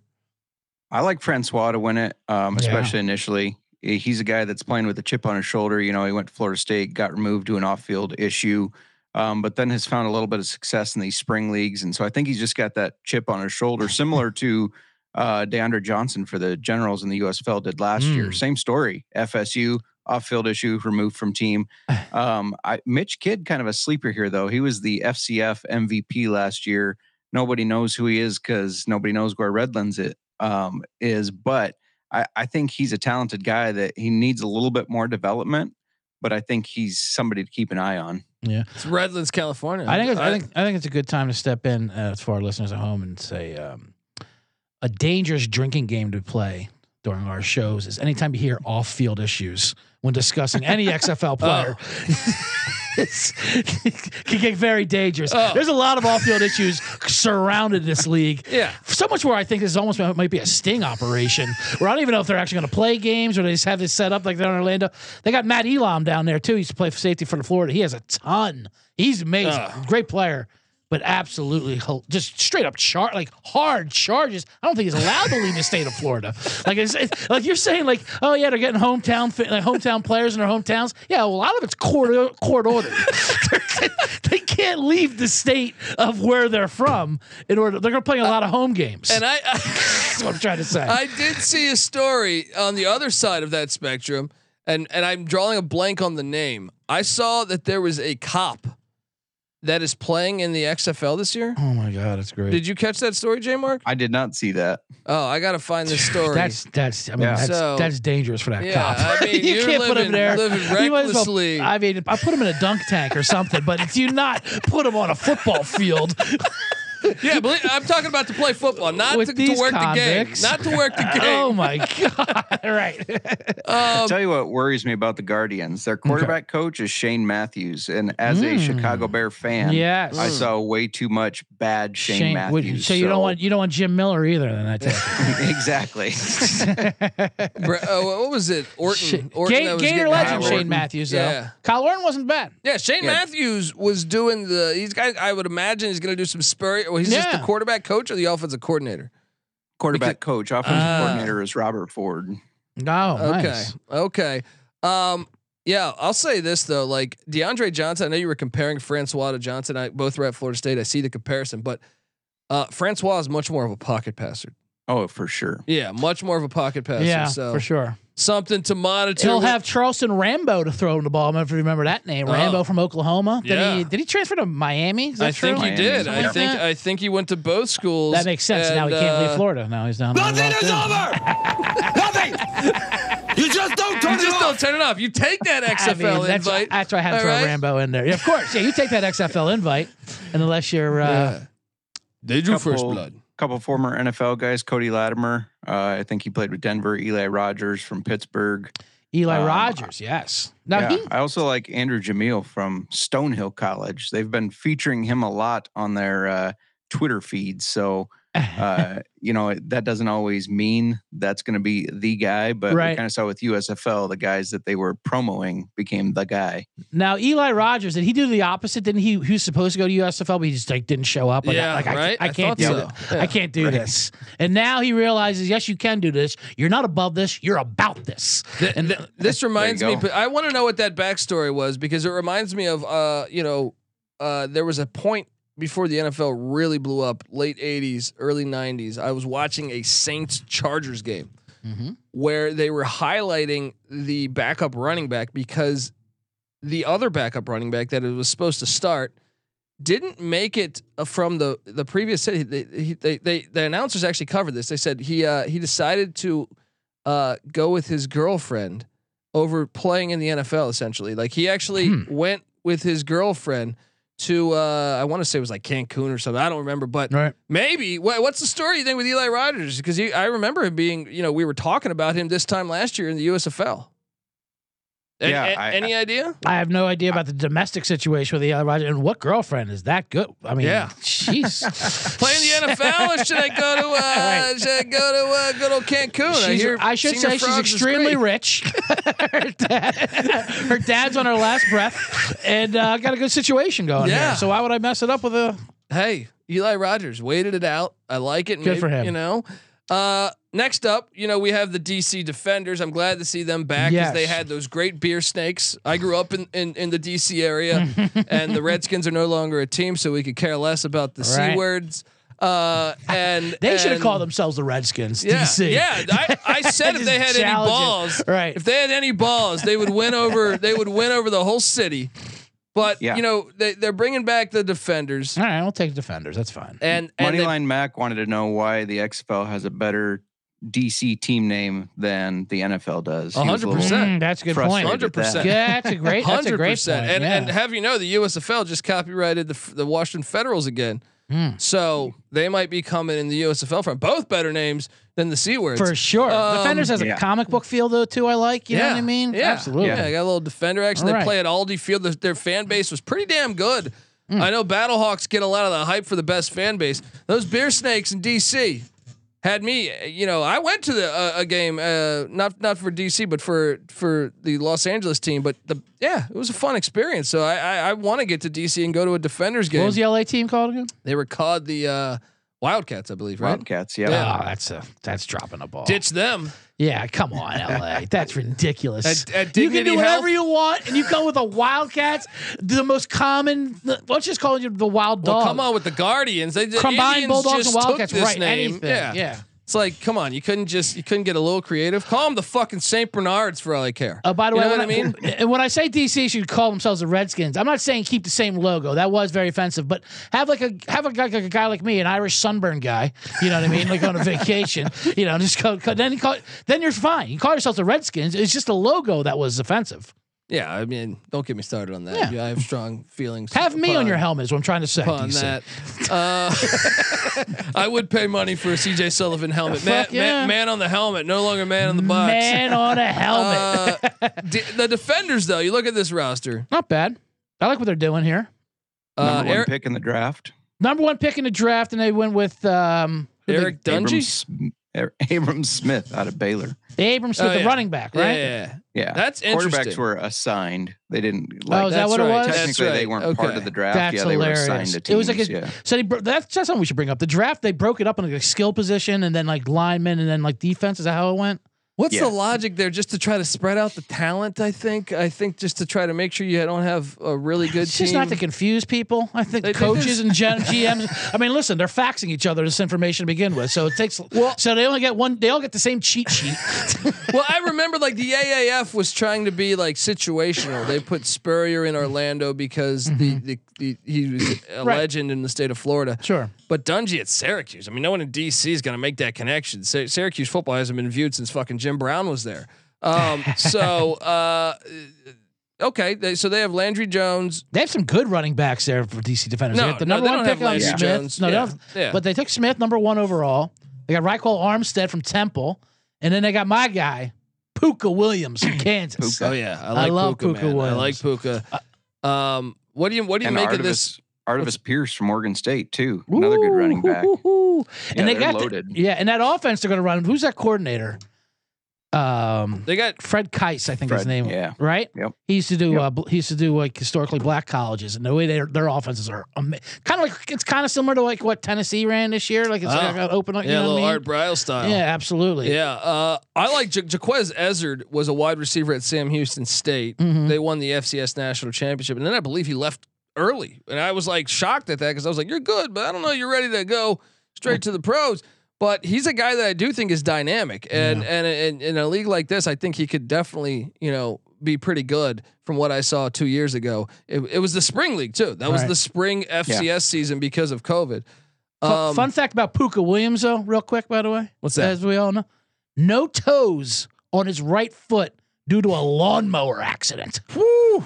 Speaker 10: I like Francois to win it, um,
Speaker 9: Yeah.
Speaker 10: especially initially. Eh, He's a guy that's playing with a chip on his shoulder. You know, he went to Florida State, got removed to an off-field issue. Um, but then has found a little bit of success in these spring leagues, and so I think he's just got that chip on his shoulder, similar to uh, DeAndre Johnson for the Generals in the USFL did last year.
Speaker 9: Mm.
Speaker 10: Same story. FSU off-field issue removed from team. Um, I, Mitch Kidd, kind of a sleeper here though. He was the FCF MVP last year. Nobody knows who he is because nobody knows where Redlands it um, is. But I, I think he's a talented guy that he needs a little bit more development. But I think he's somebody to keep an eye on.
Speaker 1: It's Redlands, California.
Speaker 9: I think it's, I think I think it's a good time to step in uh, for our listeners at home and say um, a dangerous drinking game to play during our shows is anytime you hear off-field issues when discussing any XFL player. It's, can get very dangerous.
Speaker 1: Oh.
Speaker 9: There's a lot of off-field issues surrounded this league.
Speaker 1: Yeah.
Speaker 9: So much where I think this almost might be a sting operation. Where I don't even know if they're actually going to play games or they just have this set up like they're in Orlando. They got Matt Elam down there too. He used to play for safety for the Florida. He has a ton. He's amazing,
Speaker 1: Ugh.
Speaker 9: great player, but absolutely hel- just straight up char like hard charges. I don't think he's allowed to leave the state of Florida. Like it's, it's like you're saying like oh yeah they're getting hometown fi- like hometown players in their hometowns. Yeah, well, a lot of it's court court ordered. they can't leave the state of where they're from in order they're going to play a lot of home games.
Speaker 1: And I, I
Speaker 9: That's what I'm trying to say.
Speaker 1: I did see a story on the other side of that spectrum, and and I'm drawing a blank on the name. I saw that there was a cop that is playing in the XFL this year.
Speaker 9: oh my god, that's great.
Speaker 1: Did you catch that story, J Mark?
Speaker 10: I did not see that.
Speaker 1: Oh, I gotta find this story.
Speaker 9: That's that's I mean
Speaker 10: Yeah.
Speaker 9: that's
Speaker 1: So-
Speaker 9: that's dangerous for that
Speaker 1: Yeah,
Speaker 9: cop.
Speaker 1: I mean,
Speaker 9: you
Speaker 1: you're
Speaker 9: can't put
Speaker 1: living-
Speaker 9: him there.
Speaker 1: living
Speaker 9: You might as well-
Speaker 1: recklessly.
Speaker 9: I mean, I put him in a dunk tank or something, but do not put him on a football field.
Speaker 1: yeah, believe, I'm talking about to play football, not
Speaker 9: With
Speaker 1: to, to
Speaker 9: these
Speaker 1: work
Speaker 9: convicts.
Speaker 1: the game, not to work the
Speaker 9: oh
Speaker 1: game.
Speaker 9: my god! Right.
Speaker 1: Um,
Speaker 10: Tell you what worries me about the Guardians. Their quarterback coach is Shane Matthews, and as a Chicago Bear fan,
Speaker 9: Mm. Yes.
Speaker 10: I saw way too much bad Shane,
Speaker 9: Shane, would-
Speaker 10: Matthews.
Speaker 9: so you don't want you don't want Jim Miller either. Then I take it.
Speaker 10: exactly.
Speaker 1: Bra- uh, what was it? Orton.
Speaker 9: Shit.
Speaker 1: Orton
Speaker 9: Ga-
Speaker 1: that was
Speaker 9: Gator
Speaker 1: getting
Speaker 9: legend
Speaker 1: hot.
Speaker 10: Orton.
Speaker 9: Shane Matthews though.
Speaker 1: Yeah.
Speaker 9: Kyle Orton wasn't bad.
Speaker 1: Yeah, Shane
Speaker 10: Yeah.
Speaker 1: Matthews was doing the. He's guy. I would imagine he's going to do some spur. Well, he's just
Speaker 9: Yeah.
Speaker 1: the quarterback coach or the offensive coordinator.
Speaker 10: quarterback coach, offensive
Speaker 9: Ah.
Speaker 10: coordinator is Robert Ford.
Speaker 9: No. Oh, nice.
Speaker 1: Okay. Okay. Um. Yeah, I'll say this though. Like DeAndre Johnson, I know you were comparing Francois to Johnson. I both were at Florida State. I see the comparison, but uh, Francois is much more of a pocket passer.
Speaker 10: Oh, for sure.
Speaker 1: Yeah, much more of a pocket passer.
Speaker 9: Yeah,
Speaker 1: so
Speaker 9: for sure.
Speaker 1: something to monitor.
Speaker 9: He'll
Speaker 1: with-
Speaker 9: have Charleston Rambo to throw in the ball. I don't know If you remember that name,
Speaker 1: Oh.
Speaker 9: Rambo from Oklahoma. Did,
Speaker 1: Yeah.
Speaker 9: he, did he transfer to Miami? Is that
Speaker 1: I
Speaker 9: true?
Speaker 1: think he
Speaker 10: Miami,
Speaker 1: did.
Speaker 10: something
Speaker 1: I
Speaker 9: like
Speaker 1: think
Speaker 9: that.
Speaker 1: I think he went to both schools.
Speaker 9: That makes sense. now he
Speaker 1: and,
Speaker 9: can't
Speaker 1: uh,
Speaker 9: leave Florida. Now he's down. there
Speaker 4: Nothing
Speaker 9: locked
Speaker 4: is
Speaker 9: in.
Speaker 4: over! Nothing! You just don't turn
Speaker 1: You
Speaker 4: it
Speaker 1: just
Speaker 4: off!
Speaker 1: don't turn it off. You take that
Speaker 9: I
Speaker 1: XFL
Speaker 9: mean, that's,
Speaker 1: invite.
Speaker 9: that's why I had to
Speaker 1: All
Speaker 9: throw
Speaker 1: right?
Speaker 9: Rambo in there. Yeah, of course. Yeah, you take that XFL invite, and unless you're, uh,
Speaker 1: Yeah. They do first
Speaker 10: Couple-
Speaker 1: blood.
Speaker 10: Couple former NFL guys, Cody Latimer. Uh, I think he played with Denver. Eli Rogers from Pittsburgh.
Speaker 9: Eli
Speaker 10: Um,
Speaker 9: Rogers. Yes. Now
Speaker 10: yeah.
Speaker 9: he
Speaker 10: I also like Andrew Jamil from Stonehill College. They've been featuring him a lot on their uh, Twitter feeds. So, uh, you know, that doesn't always mean that's going to be the guy, but we
Speaker 9: Right.
Speaker 10: kind of saw with USFL, the guys that they were promoting became the guy.
Speaker 9: Now Eli Rogers did he do the opposite? Didn't he? He was supposed to go to USFL, but he just like didn't show up. Like,
Speaker 1: Yeah,
Speaker 9: I, like,
Speaker 1: right?
Speaker 9: I, I
Speaker 1: I
Speaker 9: can't do
Speaker 1: thought
Speaker 9: this.
Speaker 1: so. Yeah.
Speaker 9: I can't do this. And now he realizes, yes, you can do this. You're not above this. You're about this.
Speaker 1: Th-
Speaker 9: and
Speaker 1: th- this reminds
Speaker 10: There
Speaker 1: me,
Speaker 10: you go.
Speaker 1: but I want to know what that backstory was because it reminds me of, uh, you know, uh, there was a point before the NFL really blew up, late '80s, early '90s. I was watching a Saints Chargers game
Speaker 10: Mm-hmm.
Speaker 9: Mhm.
Speaker 1: where they were highlighting the backup running back because the other backup running back that it was supposed to start didn't make it uh, from the the previous city. They, he- they, they, the announcers actually covered this. They said he uh, he decided to uh, go with his girlfriend over playing in the NFL. Essentially, like he actually went with his girlfriend to uh, I want to say it was like Cancun or something. I don't remember, but
Speaker 9: Right.
Speaker 1: maybe Wha- what's the story you think with Eli Rogers? Because I remember him being you know we were talking about him this time last year in the USFL. An-
Speaker 10: Yeah,
Speaker 1: a-
Speaker 10: I-
Speaker 1: any idea?
Speaker 9: I have no idea about the domestic situation with Eli Rogers and what girlfriend is that good. I mean,
Speaker 1: Yeah.
Speaker 9: jeez,
Speaker 1: playing the NFL, or should I go to uh,
Speaker 9: Right.
Speaker 1: should I go to uh, good old Cancun?
Speaker 9: She's, I,
Speaker 1: hear
Speaker 9: should
Speaker 1: Senior
Speaker 9: say she's
Speaker 1: Frogs is
Speaker 9: extremely
Speaker 1: great.
Speaker 9: rich. her, dad- her dad's on her last breath, and uh, got a good situation going
Speaker 1: Yeah.
Speaker 9: here. So why would I mess it up with a
Speaker 1: Hey, Eli Rogers waited it out. I like it.
Speaker 9: Good for him.
Speaker 1: You know, Uh, next up, you know, we have the DC Defenders. I'm glad to see them back because they
Speaker 9: Yes.
Speaker 1: had those great beer snakes. I grew up in, in, in the DC area, and the Redskins are no longer a team, so we could care less about the
Speaker 9: Right.
Speaker 1: C words. Uh, and
Speaker 9: They should have
Speaker 1: and-
Speaker 9: called themselves the Redskins.
Speaker 1: Yeah,
Speaker 9: DC.
Speaker 1: yeah. I, I said if
Speaker 9: Just
Speaker 1: they had any
Speaker 9: challenge it.
Speaker 1: balls,
Speaker 9: Right.
Speaker 1: If they had any balls, they would win over. They would win over the whole city. But
Speaker 10: Yeah.
Speaker 1: you know, they, they're bringing back the defenders,
Speaker 9: All right, we'll take defenders. That's fine.
Speaker 1: and and they-
Speaker 10: Moneyline Mac wanted to know why the XFL has a better DC team name than the NFL does. He was a little
Speaker 1: 100%.
Speaker 9: Mm, that's a good point.
Speaker 10: frustrated at
Speaker 1: 100%.
Speaker 10: that.
Speaker 9: Yeah, that's a great. That's a
Speaker 1: Hundred
Speaker 9: great
Speaker 1: percent,
Speaker 9: point.
Speaker 1: and
Speaker 9: yeah.
Speaker 1: and have you know the USFL just copyrighted the f- the Washington Federals again,
Speaker 9: Mm.
Speaker 1: so they might be coming in the USFL from both better names than the c words.
Speaker 9: for sure.
Speaker 1: Um,
Speaker 9: defenders has a
Speaker 10: yeah.
Speaker 9: comic book feel though too. I like. You know what I mean?
Speaker 1: Yeah,
Speaker 9: Absolutely.
Speaker 1: Yeah, I got a little defender action.
Speaker 9: All
Speaker 1: they
Speaker 9: right.
Speaker 1: play at Aldi Field. Their, their fan base was pretty damn good.
Speaker 9: Mm.
Speaker 1: I know Battlehawks get a lot of the hype for the best fan base. Those beer snakes in DC had me. uh, You know, I went to the uh, a game uh, not not for DC, but for for the Los Angeles team. But the yeah, it was a fun experience. So I I, I want to get to DC and go to a defenders game.
Speaker 9: What was the LA team called again?
Speaker 1: they were called the uh, Wildcats, I believe. Right?
Speaker 10: Wildcats, yeah.
Speaker 1: Yeah.
Speaker 9: Oh, that's a that's dropping a ball.
Speaker 1: Ditch them.
Speaker 9: yeah, come on, LA. That's ridiculous.
Speaker 1: At- at
Speaker 9: you can
Speaker 1: Dignity
Speaker 9: do
Speaker 1: Health-
Speaker 9: whatever you want, and you come with a Wildcats, the most common. Let's just call you the Wild Dog.
Speaker 1: Well, come on with the Guardians. They the
Speaker 9: combined
Speaker 1: Indians
Speaker 9: Bulldogs
Speaker 1: just
Speaker 9: and
Speaker 1: took
Speaker 9: Wildcats.
Speaker 1: this
Speaker 9: Right?
Speaker 1: name.
Speaker 9: Anything? yeah.
Speaker 1: It's like, come on, you couldn't just you couldn't get a little creative. Call them the fucking Saint Bernards for all I care.
Speaker 9: Uh, by the
Speaker 1: You
Speaker 9: way,
Speaker 1: know
Speaker 9: when
Speaker 1: what I mean?
Speaker 9: and when I say DC should call themselves the Redskins, I'm not saying keep the same logo. That was very offensive, but have like a have a guy like a guy like me, an Irish sunburn guy. You know what I mean? Like on a vacation, you know, just go, go- then you call then you're fine. You call yourself the Redskins. It's just a logo that was offensive.
Speaker 1: Yeah, I mean, don't get me started on that.
Speaker 9: Yeah.
Speaker 1: I have strong feelings.
Speaker 9: Have me on
Speaker 1: upon-
Speaker 9: your helmet is what I'm trying to say.
Speaker 1: Upon
Speaker 9: DC.
Speaker 1: that, uh, I would pay money for a CJ Sullivan helmet. Man,
Speaker 9: Fuck
Speaker 1: man,
Speaker 9: yeah.
Speaker 1: man on the helmet, no longer man on the box.
Speaker 9: Man on a helmet.
Speaker 1: Uh, d- the defenders, though, you look at this roster.
Speaker 9: not bad. I like what they're doing here.
Speaker 1: Uh,
Speaker 10: Number one
Speaker 1: Eric,
Speaker 10: pick in the draft.
Speaker 9: Number one pick in the draft, and they went with um, who'd they-
Speaker 1: Eric Dungy,
Speaker 10: Abram, Sm- Er- Abram Smith out of Baylor.
Speaker 9: Abram Smith,
Speaker 1: Oh,
Speaker 9: the
Speaker 1: yeah.
Speaker 9: running back,
Speaker 1: Yeah,
Speaker 9: right?
Speaker 1: yeah, yeah.
Speaker 10: Yeah.
Speaker 1: That's
Speaker 10: Quarterbacks
Speaker 1: interesting.
Speaker 10: were assigned. They didn't
Speaker 9: Oh,
Speaker 10: like
Speaker 9: is that
Speaker 1: That's
Speaker 9: what
Speaker 1: right.
Speaker 9: it was?
Speaker 1: That's
Speaker 10: technically they
Speaker 1: right.
Speaker 10: weren't part
Speaker 1: Okay.
Speaker 10: of the draft.
Speaker 9: That's
Speaker 10: yeah, they
Speaker 9: hilarious.
Speaker 10: were assigned to teams.
Speaker 9: It was like a,
Speaker 10: yeah.
Speaker 9: so they bro- that's, that's something we should bring up. The draft they broke it up into like skill position and then like linemen and then like defense. Is that how it went?
Speaker 1: What's
Speaker 10: Yeah.
Speaker 1: the logic there? Just to try to spread out the talent, I think. I think just to try to make sure you don't have a really good
Speaker 9: It's
Speaker 1: team.
Speaker 9: just not to confuse people. I think
Speaker 1: They did
Speaker 9: coaches
Speaker 1: this-
Speaker 9: and gen- GMs. I mean, listen, they're faxing each other this information to begin with, so it takes. so they only get one. They all get the same cheat sheet.
Speaker 1: well, I remember like the AAF was trying to be like situational. They put Spurrier in Orlando because the, the, the he was a
Speaker 9: Mm-hmm. Right.
Speaker 1: legend in the state of Florida.
Speaker 9: sure.
Speaker 1: But Dungy at Syracuse. I mean, no one in DC is going to make that connection. Sy- Syracuse football hasn't been viewed since fucking Jim Brown was there. Um, so uh, okay, they, so they have Landry Jones.
Speaker 9: They have some good running backs there for DC defenders.
Speaker 1: No,
Speaker 9: they got the
Speaker 1: no,
Speaker 9: number
Speaker 1: they
Speaker 9: one
Speaker 1: don't
Speaker 9: pick
Speaker 1: have
Speaker 9: on
Speaker 1: Landry
Speaker 9: Smith.
Speaker 1: Jones.
Speaker 9: No, they
Speaker 1: Yeah,
Speaker 9: don't-
Speaker 1: yeah.
Speaker 9: but they took Smith number one overall. They got Reichel Armstead from Temple, and then they got my guy Puka Williams from Kansas.
Speaker 1: Oh yeah, I
Speaker 9: I
Speaker 1: like
Speaker 9: love
Speaker 1: Puka. man.
Speaker 9: Puka
Speaker 1: I like
Speaker 9: Williams.
Speaker 1: Puka. Um, what do you what do you
Speaker 10: and
Speaker 1: make
Speaker 10: Artavis,
Speaker 1: of this?
Speaker 10: Artavis Pierce from Oregon State too. Another good running back.
Speaker 9: Ooh.
Speaker 10: Yeah,
Speaker 9: and they
Speaker 10: they're
Speaker 9: got the-
Speaker 10: loaded.
Speaker 9: yeah, and that offense they're going to run. Who's that coordinator? Um,
Speaker 1: They got
Speaker 9: Fred Kice, I think his
Speaker 10: Fred,
Speaker 9: name.
Speaker 10: yeah.
Speaker 9: Right.
Speaker 10: Yep.
Speaker 9: He used to do.
Speaker 10: Yep.
Speaker 9: Uh, bl- he used to do like historically black colleges, and the way their their offenses are ama- kind of like it's kind of similar to like what Tennessee ran this year. Like it's
Speaker 1: Oh.
Speaker 9: like an open. Like,
Speaker 1: yeah,
Speaker 9: you
Speaker 1: a
Speaker 9: know what I
Speaker 1: little
Speaker 9: mean?
Speaker 1: Art Briles style.
Speaker 9: Yeah, absolutely.
Speaker 1: Yeah, uh, I like Ja- Jaquez Ezard was a wide receiver at Sam Houston State.
Speaker 9: Mhm.
Speaker 1: They won the FCS national championship, and then I believe he left early. And I was like shocked at that because I was like, "You're good, but I don't know you're ready to go straight to the pros." But he's a guy that I do think is dynamic, and and and in a league like this, I think he could definitely you know be pretty good from what I saw two years ago. It, it was the spring league too. That was
Speaker 9: Right.
Speaker 1: the spring FCS season because of COVID.
Speaker 9: Fu-
Speaker 1: Um,
Speaker 9: Fun fact about Puka Williams, though, real quick, by the way.
Speaker 1: What's that?
Speaker 9: As we all know, no toes on his right foot due to a lawnmower accident. Woo!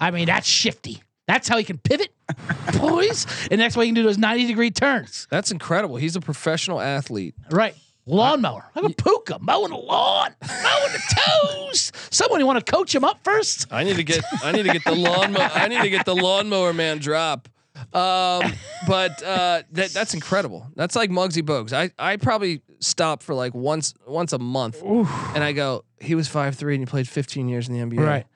Speaker 9: I mean, that's shifty. That's how he can pivot, boys, and that's why he can do those ninety degree turns.
Speaker 1: that's incredible. He's a professional athlete.
Speaker 9: Right. Lawnmower. Have a puka mowing the lawn, mowing the toes. Someone you want to coach him up first?
Speaker 1: I need to get I need to get the lawnmower I need to get the lawnmower man drop. Um, but uh, that that's incredible. That's like Muggsy Bogues. I I probably stop for like once once a month, and I go. He was five three and he played fifteen years in the NBA.
Speaker 9: Right.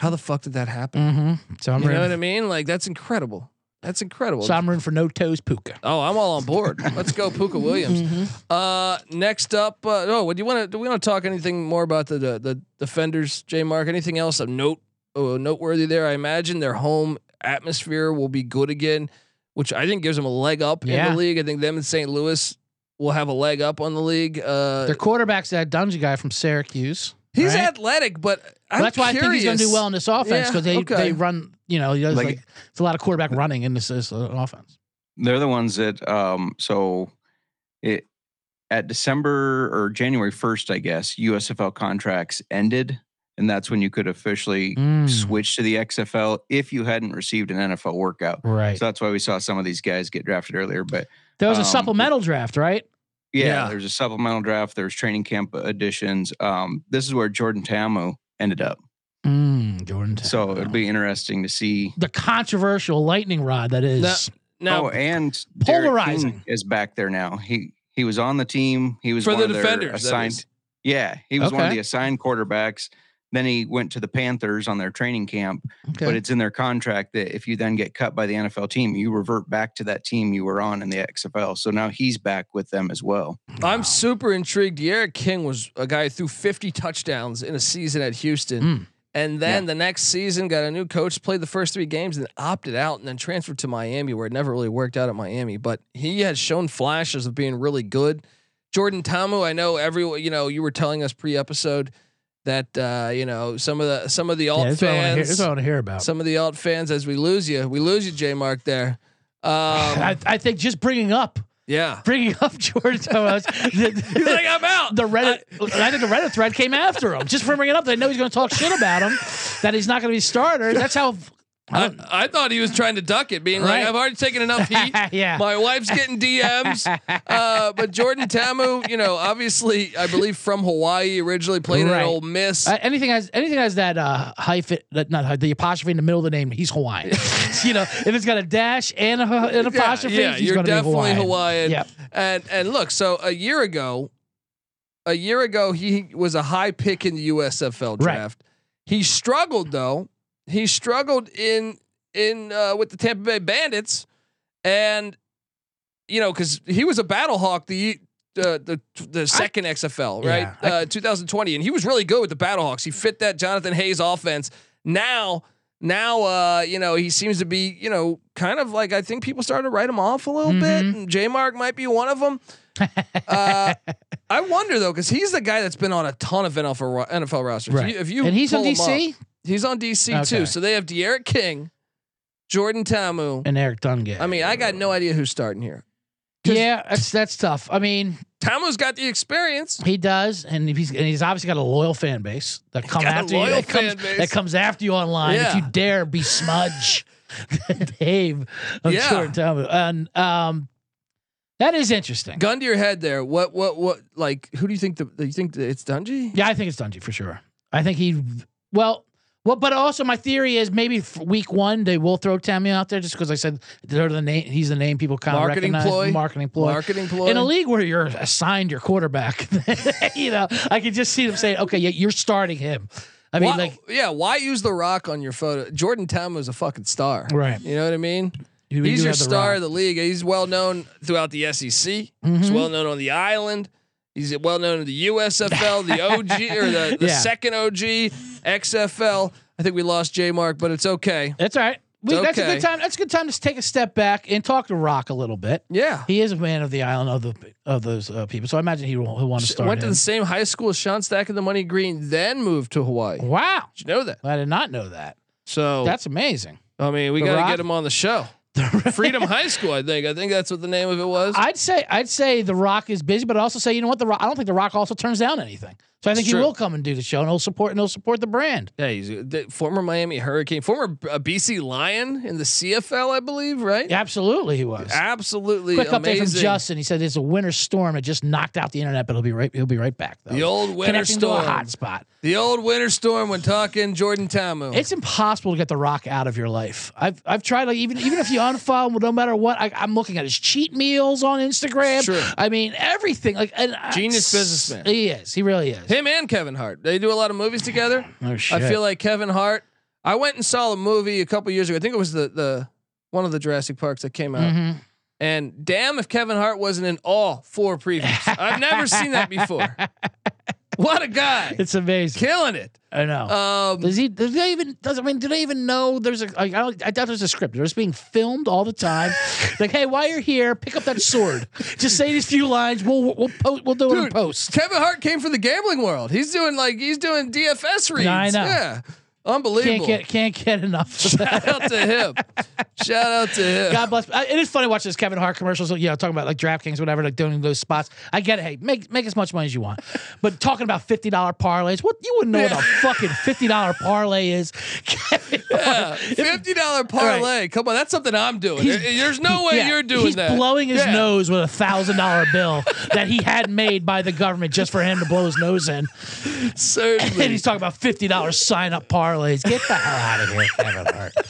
Speaker 1: How the fuck did that happen?
Speaker 9: Mm-hmm. So I'm
Speaker 1: You know
Speaker 9: ready.
Speaker 1: what I mean? Like that's incredible. That's incredible.
Speaker 9: So I'm rooting for no toes Puka.
Speaker 1: Oh, I'm all on board. Let's go, Puka Williams.
Speaker 9: Mm-hmm.
Speaker 1: Uh, next up, uh, oh, what do you want to? Do we want to talk anything more about the the, the defenders, J Mark? Anything else of note uh, noteworthy there? I imagine their home atmosphere will be good again, which I think gives them a leg up in
Speaker 9: Yeah.
Speaker 1: the league. I think them and St. Louis will have a leg up on the league. Uh,
Speaker 9: Their quarterback's that Dungy guy from Syracuse.
Speaker 1: he's
Speaker 9: right?
Speaker 1: athletic, but I'm
Speaker 9: Well, that's why I think he's going to do
Speaker 1: curious.
Speaker 9: well in this offense
Speaker 1: Yeah,
Speaker 9: because they,
Speaker 1: okay.
Speaker 9: they run, you know, he does
Speaker 10: Like-
Speaker 9: like, it's a lot of quarterback running in this, this uh, offense.
Speaker 10: they're the ones that um so it at december or january 1st i guess usfl contracts ended and that's when you could officially
Speaker 1: Hmm.
Speaker 9: Mm.
Speaker 10: switch to the xfl if you hadn't received an nfl workout
Speaker 9: Right.
Speaker 10: so that's why we saw some of these guys get drafted earlier but
Speaker 9: there was a
Speaker 10: um,
Speaker 9: supplemental draft, right?
Speaker 10: yeah,
Speaker 1: Yeah.
Speaker 10: there's a supplemental draft there's training camp additions um this is where jordan tamu ended up
Speaker 9: Mm, Jordan. Taylor.
Speaker 10: so it'd be interesting to see
Speaker 9: the controversial lightning rod that is.
Speaker 1: Now,
Speaker 10: oh and Derek King
Speaker 9: Polarizing.
Speaker 10: is back there now he he was on the team he was
Speaker 1: for
Speaker 10: one
Speaker 1: the
Speaker 10: of their
Speaker 1: defenders, that
Speaker 10: assigned
Speaker 1: is.
Speaker 10: Yeah, he was one of
Speaker 9: Okay.
Speaker 10: the assigned quarterbacks. Then he went to the Panthers on their training camp,
Speaker 9: Okay.
Speaker 10: but it's in their contract that if you then get cut by the NFL team, you revert back to that team you were on in the XFL. So now he's back with them as well.
Speaker 1: I'm super intrigued. Derek King was a guy who threw 50 touchdowns in a season at Houston.
Speaker 9: Mm.
Speaker 1: And then the next season, got a new coach, played the first three games, and opted out, and then transferred to Miami, where it never really worked out at Miami. But he has shown flashes of being really good. Jordan Tamu, I know everyone. You know, you were telling us pre-episode that uh, you know some of the some of the alt
Speaker 9: yeah, that's what I wanna hear-
Speaker 1: fans,
Speaker 9: that's what I want to hear about.
Speaker 1: some of the alt fans. As we lose you, we lose you, J Mark. There, um,
Speaker 9: I, I think just bringing up
Speaker 1: yeah.
Speaker 9: bringing up Jordan Thomas.
Speaker 1: He's like, I'm out.
Speaker 9: the Reddit, I, think the Reddit thread came after him just for bringing up. They know he's going to talk shit about him, that he's not going to be starter. That's how. I
Speaker 1: I,
Speaker 9: don't-
Speaker 1: I thought he was trying to duck it, being like,
Speaker 9: Right.
Speaker 1: I've already taken enough heat.
Speaker 9: yeah.
Speaker 1: My wife's getting DMs. Uh, but Jordan Tamu, you know, obviously, I believe from Hawaii originally played
Speaker 9: Right.
Speaker 1: at Ole Miss.
Speaker 9: Uh, anything has anything has that uh, hyphen, that not hy- the apostrophe in the middle of the name. He's Hawaiian. you know, if it's got a dash and a, an apostrophe,
Speaker 1: yeah,
Speaker 9: he's
Speaker 1: you're
Speaker 9: gonna
Speaker 1: definitely
Speaker 9: be Hawaiian.
Speaker 1: Hawaiian.
Speaker 9: Yeah,
Speaker 1: and and look, so a year ago, a year ago he was a high pick in the USFL
Speaker 9: Right.
Speaker 1: draft. He struggled though. He struggled in in uh, with the Tampa Bay Bandits, and you know because he was a battle hawk the uh, the the second XFL right
Speaker 9: Yeah, I-
Speaker 1: uh, 2020, and he was really good with the battle hawks. He fit that Jonathan Hayes offense. Now now uh you know he seems to be you know kind of like i think people started to write him off a little bit
Speaker 9: Mm-hmm.
Speaker 1: and j mark might be one of them uh i wonder though because he's the guy that's been on a ton of nfl ro- nfl rosters
Speaker 9: right.
Speaker 1: If you- if you
Speaker 9: and he's on
Speaker 1: pull him up-
Speaker 9: DC
Speaker 1: he's on dc too
Speaker 9: Okay.
Speaker 1: so they have De'Aaron king jordan tamu
Speaker 9: and Eric Dungay.
Speaker 1: i mean i got no idea who's starting here
Speaker 9: yeah, that's that's tough. I mean,
Speaker 1: tamu's got the experience
Speaker 9: He does, and he's and he's obviously got a loyal fan base that comes
Speaker 1: got a
Speaker 9: after you.
Speaker 1: loyal
Speaker 9: That comes,
Speaker 1: fan base.
Speaker 9: that comes after you online if
Speaker 1: Yeah.
Speaker 9: you dare be smudge, Dave. I'm
Speaker 1: Yeah.
Speaker 9: sure. Tell me. And um, that is interesting.
Speaker 1: gun to your head there what what what like who do you think the do you think that it's dungy
Speaker 9: Yeah, I think it's Dungy for sure. I think he. Well, well, but also my theory is maybe for week one they will throw Tammy out there just because I said they're the name. He's the name people kind of
Speaker 1: Marketing
Speaker 9: recognize.
Speaker 1: ploy.
Speaker 9: Marketing ploy.
Speaker 1: marketing ploy
Speaker 9: In a league where you're assigned your quarterback, you know, I could just see them saying, "Okay, yeah, you're starting him." I mean,
Speaker 1: Why-
Speaker 9: like
Speaker 1: yeah, why use the rock on your photo? Jordan Tamu is a fucking star,
Speaker 9: Right.
Speaker 1: You know what I mean?
Speaker 9: You- you
Speaker 1: He's
Speaker 9: do
Speaker 1: your
Speaker 9: have the
Speaker 1: star
Speaker 9: rock. Mm-hmm.
Speaker 1: of the league. He's well known throughout the SEC. He's well known on the island. He's well known in the USFL, the OG or the, the
Speaker 9: Yeah.
Speaker 1: second OG XFL. I think we lost J Mark, but it's okay.
Speaker 9: That's all right. We,
Speaker 1: It's
Speaker 9: That's a
Speaker 1: okay.
Speaker 9: good time. That's a good time to take a step back and talk to Rock a little bit.
Speaker 1: Yeah,
Speaker 9: He is a man of the island of the of those uh, people, so I imagine he will, he'll want to start.
Speaker 1: went to
Speaker 9: him.
Speaker 1: the same high school as Sean Stack and the Money Green, then moved to Hawaii. Did
Speaker 9: wow,
Speaker 1: you know that?
Speaker 9: I did not know that.
Speaker 1: So
Speaker 9: That's amazing.
Speaker 1: I mean, we
Speaker 9: The
Speaker 1: got to
Speaker 9: Rock?
Speaker 1: get him on Oh. the show. Freedom High School, I think. I think that's what the name of it was.
Speaker 9: I'd say I'd say the Rock is busy, but I'd also say you know what the Rock. I don't think the Rock also turns down anything, so I think he
Speaker 1: true.
Speaker 9: will come and do the show and he'll support and he'll support the brand.
Speaker 1: Yeah, he's a the former Miami Hurricane, former uh, BC Lion in the CFL, I believe, right?
Speaker 9: Absolutely, he was.
Speaker 1: Absolutely
Speaker 9: Quick update from
Speaker 1: amazing.
Speaker 9: Justin. He said it's a winter storm. It just knocked out the internet, but it'll be right. He'll be right back though.
Speaker 1: the old winter
Speaker 9: Connecting
Speaker 1: storm.
Speaker 9: to a hotspot.
Speaker 1: The old winter storm when talking Jordan Tamu.
Speaker 9: It's impossible to get the rock out of your life. I've I've tried like even even if you unfollow him, no matter what, I, I'm looking at his cheat meals on Instagram.
Speaker 1: Sure.
Speaker 9: I mean everything. Like and I-
Speaker 1: Genius businessman.
Speaker 9: He is. He really is.
Speaker 1: him and Kevin Hart. They do a lot of movies together.
Speaker 9: Oh shit.
Speaker 1: I feel like Kevin Hart. I went and saw a movie a couple years ago. I think it was the the one of the Jurassic Parks that came out.
Speaker 9: Mhm.
Speaker 1: And damn if Kevin Hart wasn't in all four previews. I've never seen that before. What a guy.
Speaker 9: It's amazing.
Speaker 1: Killing it.
Speaker 9: I know.
Speaker 1: Um
Speaker 9: Does he? Does they even? Does I mean? Do they even know there's a? Like, I, don't, I doubt there's a script. They're just being filmed all the time. like, hey, while you're here, pick up that sword. Just say these few lines. We'll we'll we'll, po- we'll do it in
Speaker 1: Dude,
Speaker 9: post.
Speaker 1: Kevin Hart came from the gambling world. He's doing like he's doing DFS reads.
Speaker 9: Yeah, I know.
Speaker 1: Yeah.
Speaker 9: Can't
Speaker 1: Unbelievable.
Speaker 9: get can't get enough. Of that.
Speaker 1: Shout out to him. Shout out to him.
Speaker 9: God bless. I, it is funny watching those Kevin Hart commercials. You know, talking about like DraftKings, whatever, like doing those spots. I get it. Hey, make make as much money as you want, but talking about fifty dollar parlays, what you wouldn't know what a fucking fifty dollar parlay is. Kevin Hart-
Speaker 1: Fifty dollar parlay. Come on, that's something I'm doing.
Speaker 9: He's-
Speaker 1: There- There's no way
Speaker 9: Yeah,
Speaker 1: you're doing
Speaker 9: he's
Speaker 1: that.
Speaker 9: blowing his
Speaker 1: Yeah.
Speaker 9: nose with a thousand dollar bill that he had made by the government just for him to blow his nose in.
Speaker 1: Certainly.
Speaker 9: And he's talking about fifty dollars sign up parlays. Get the hell out of here, Kevin Hart.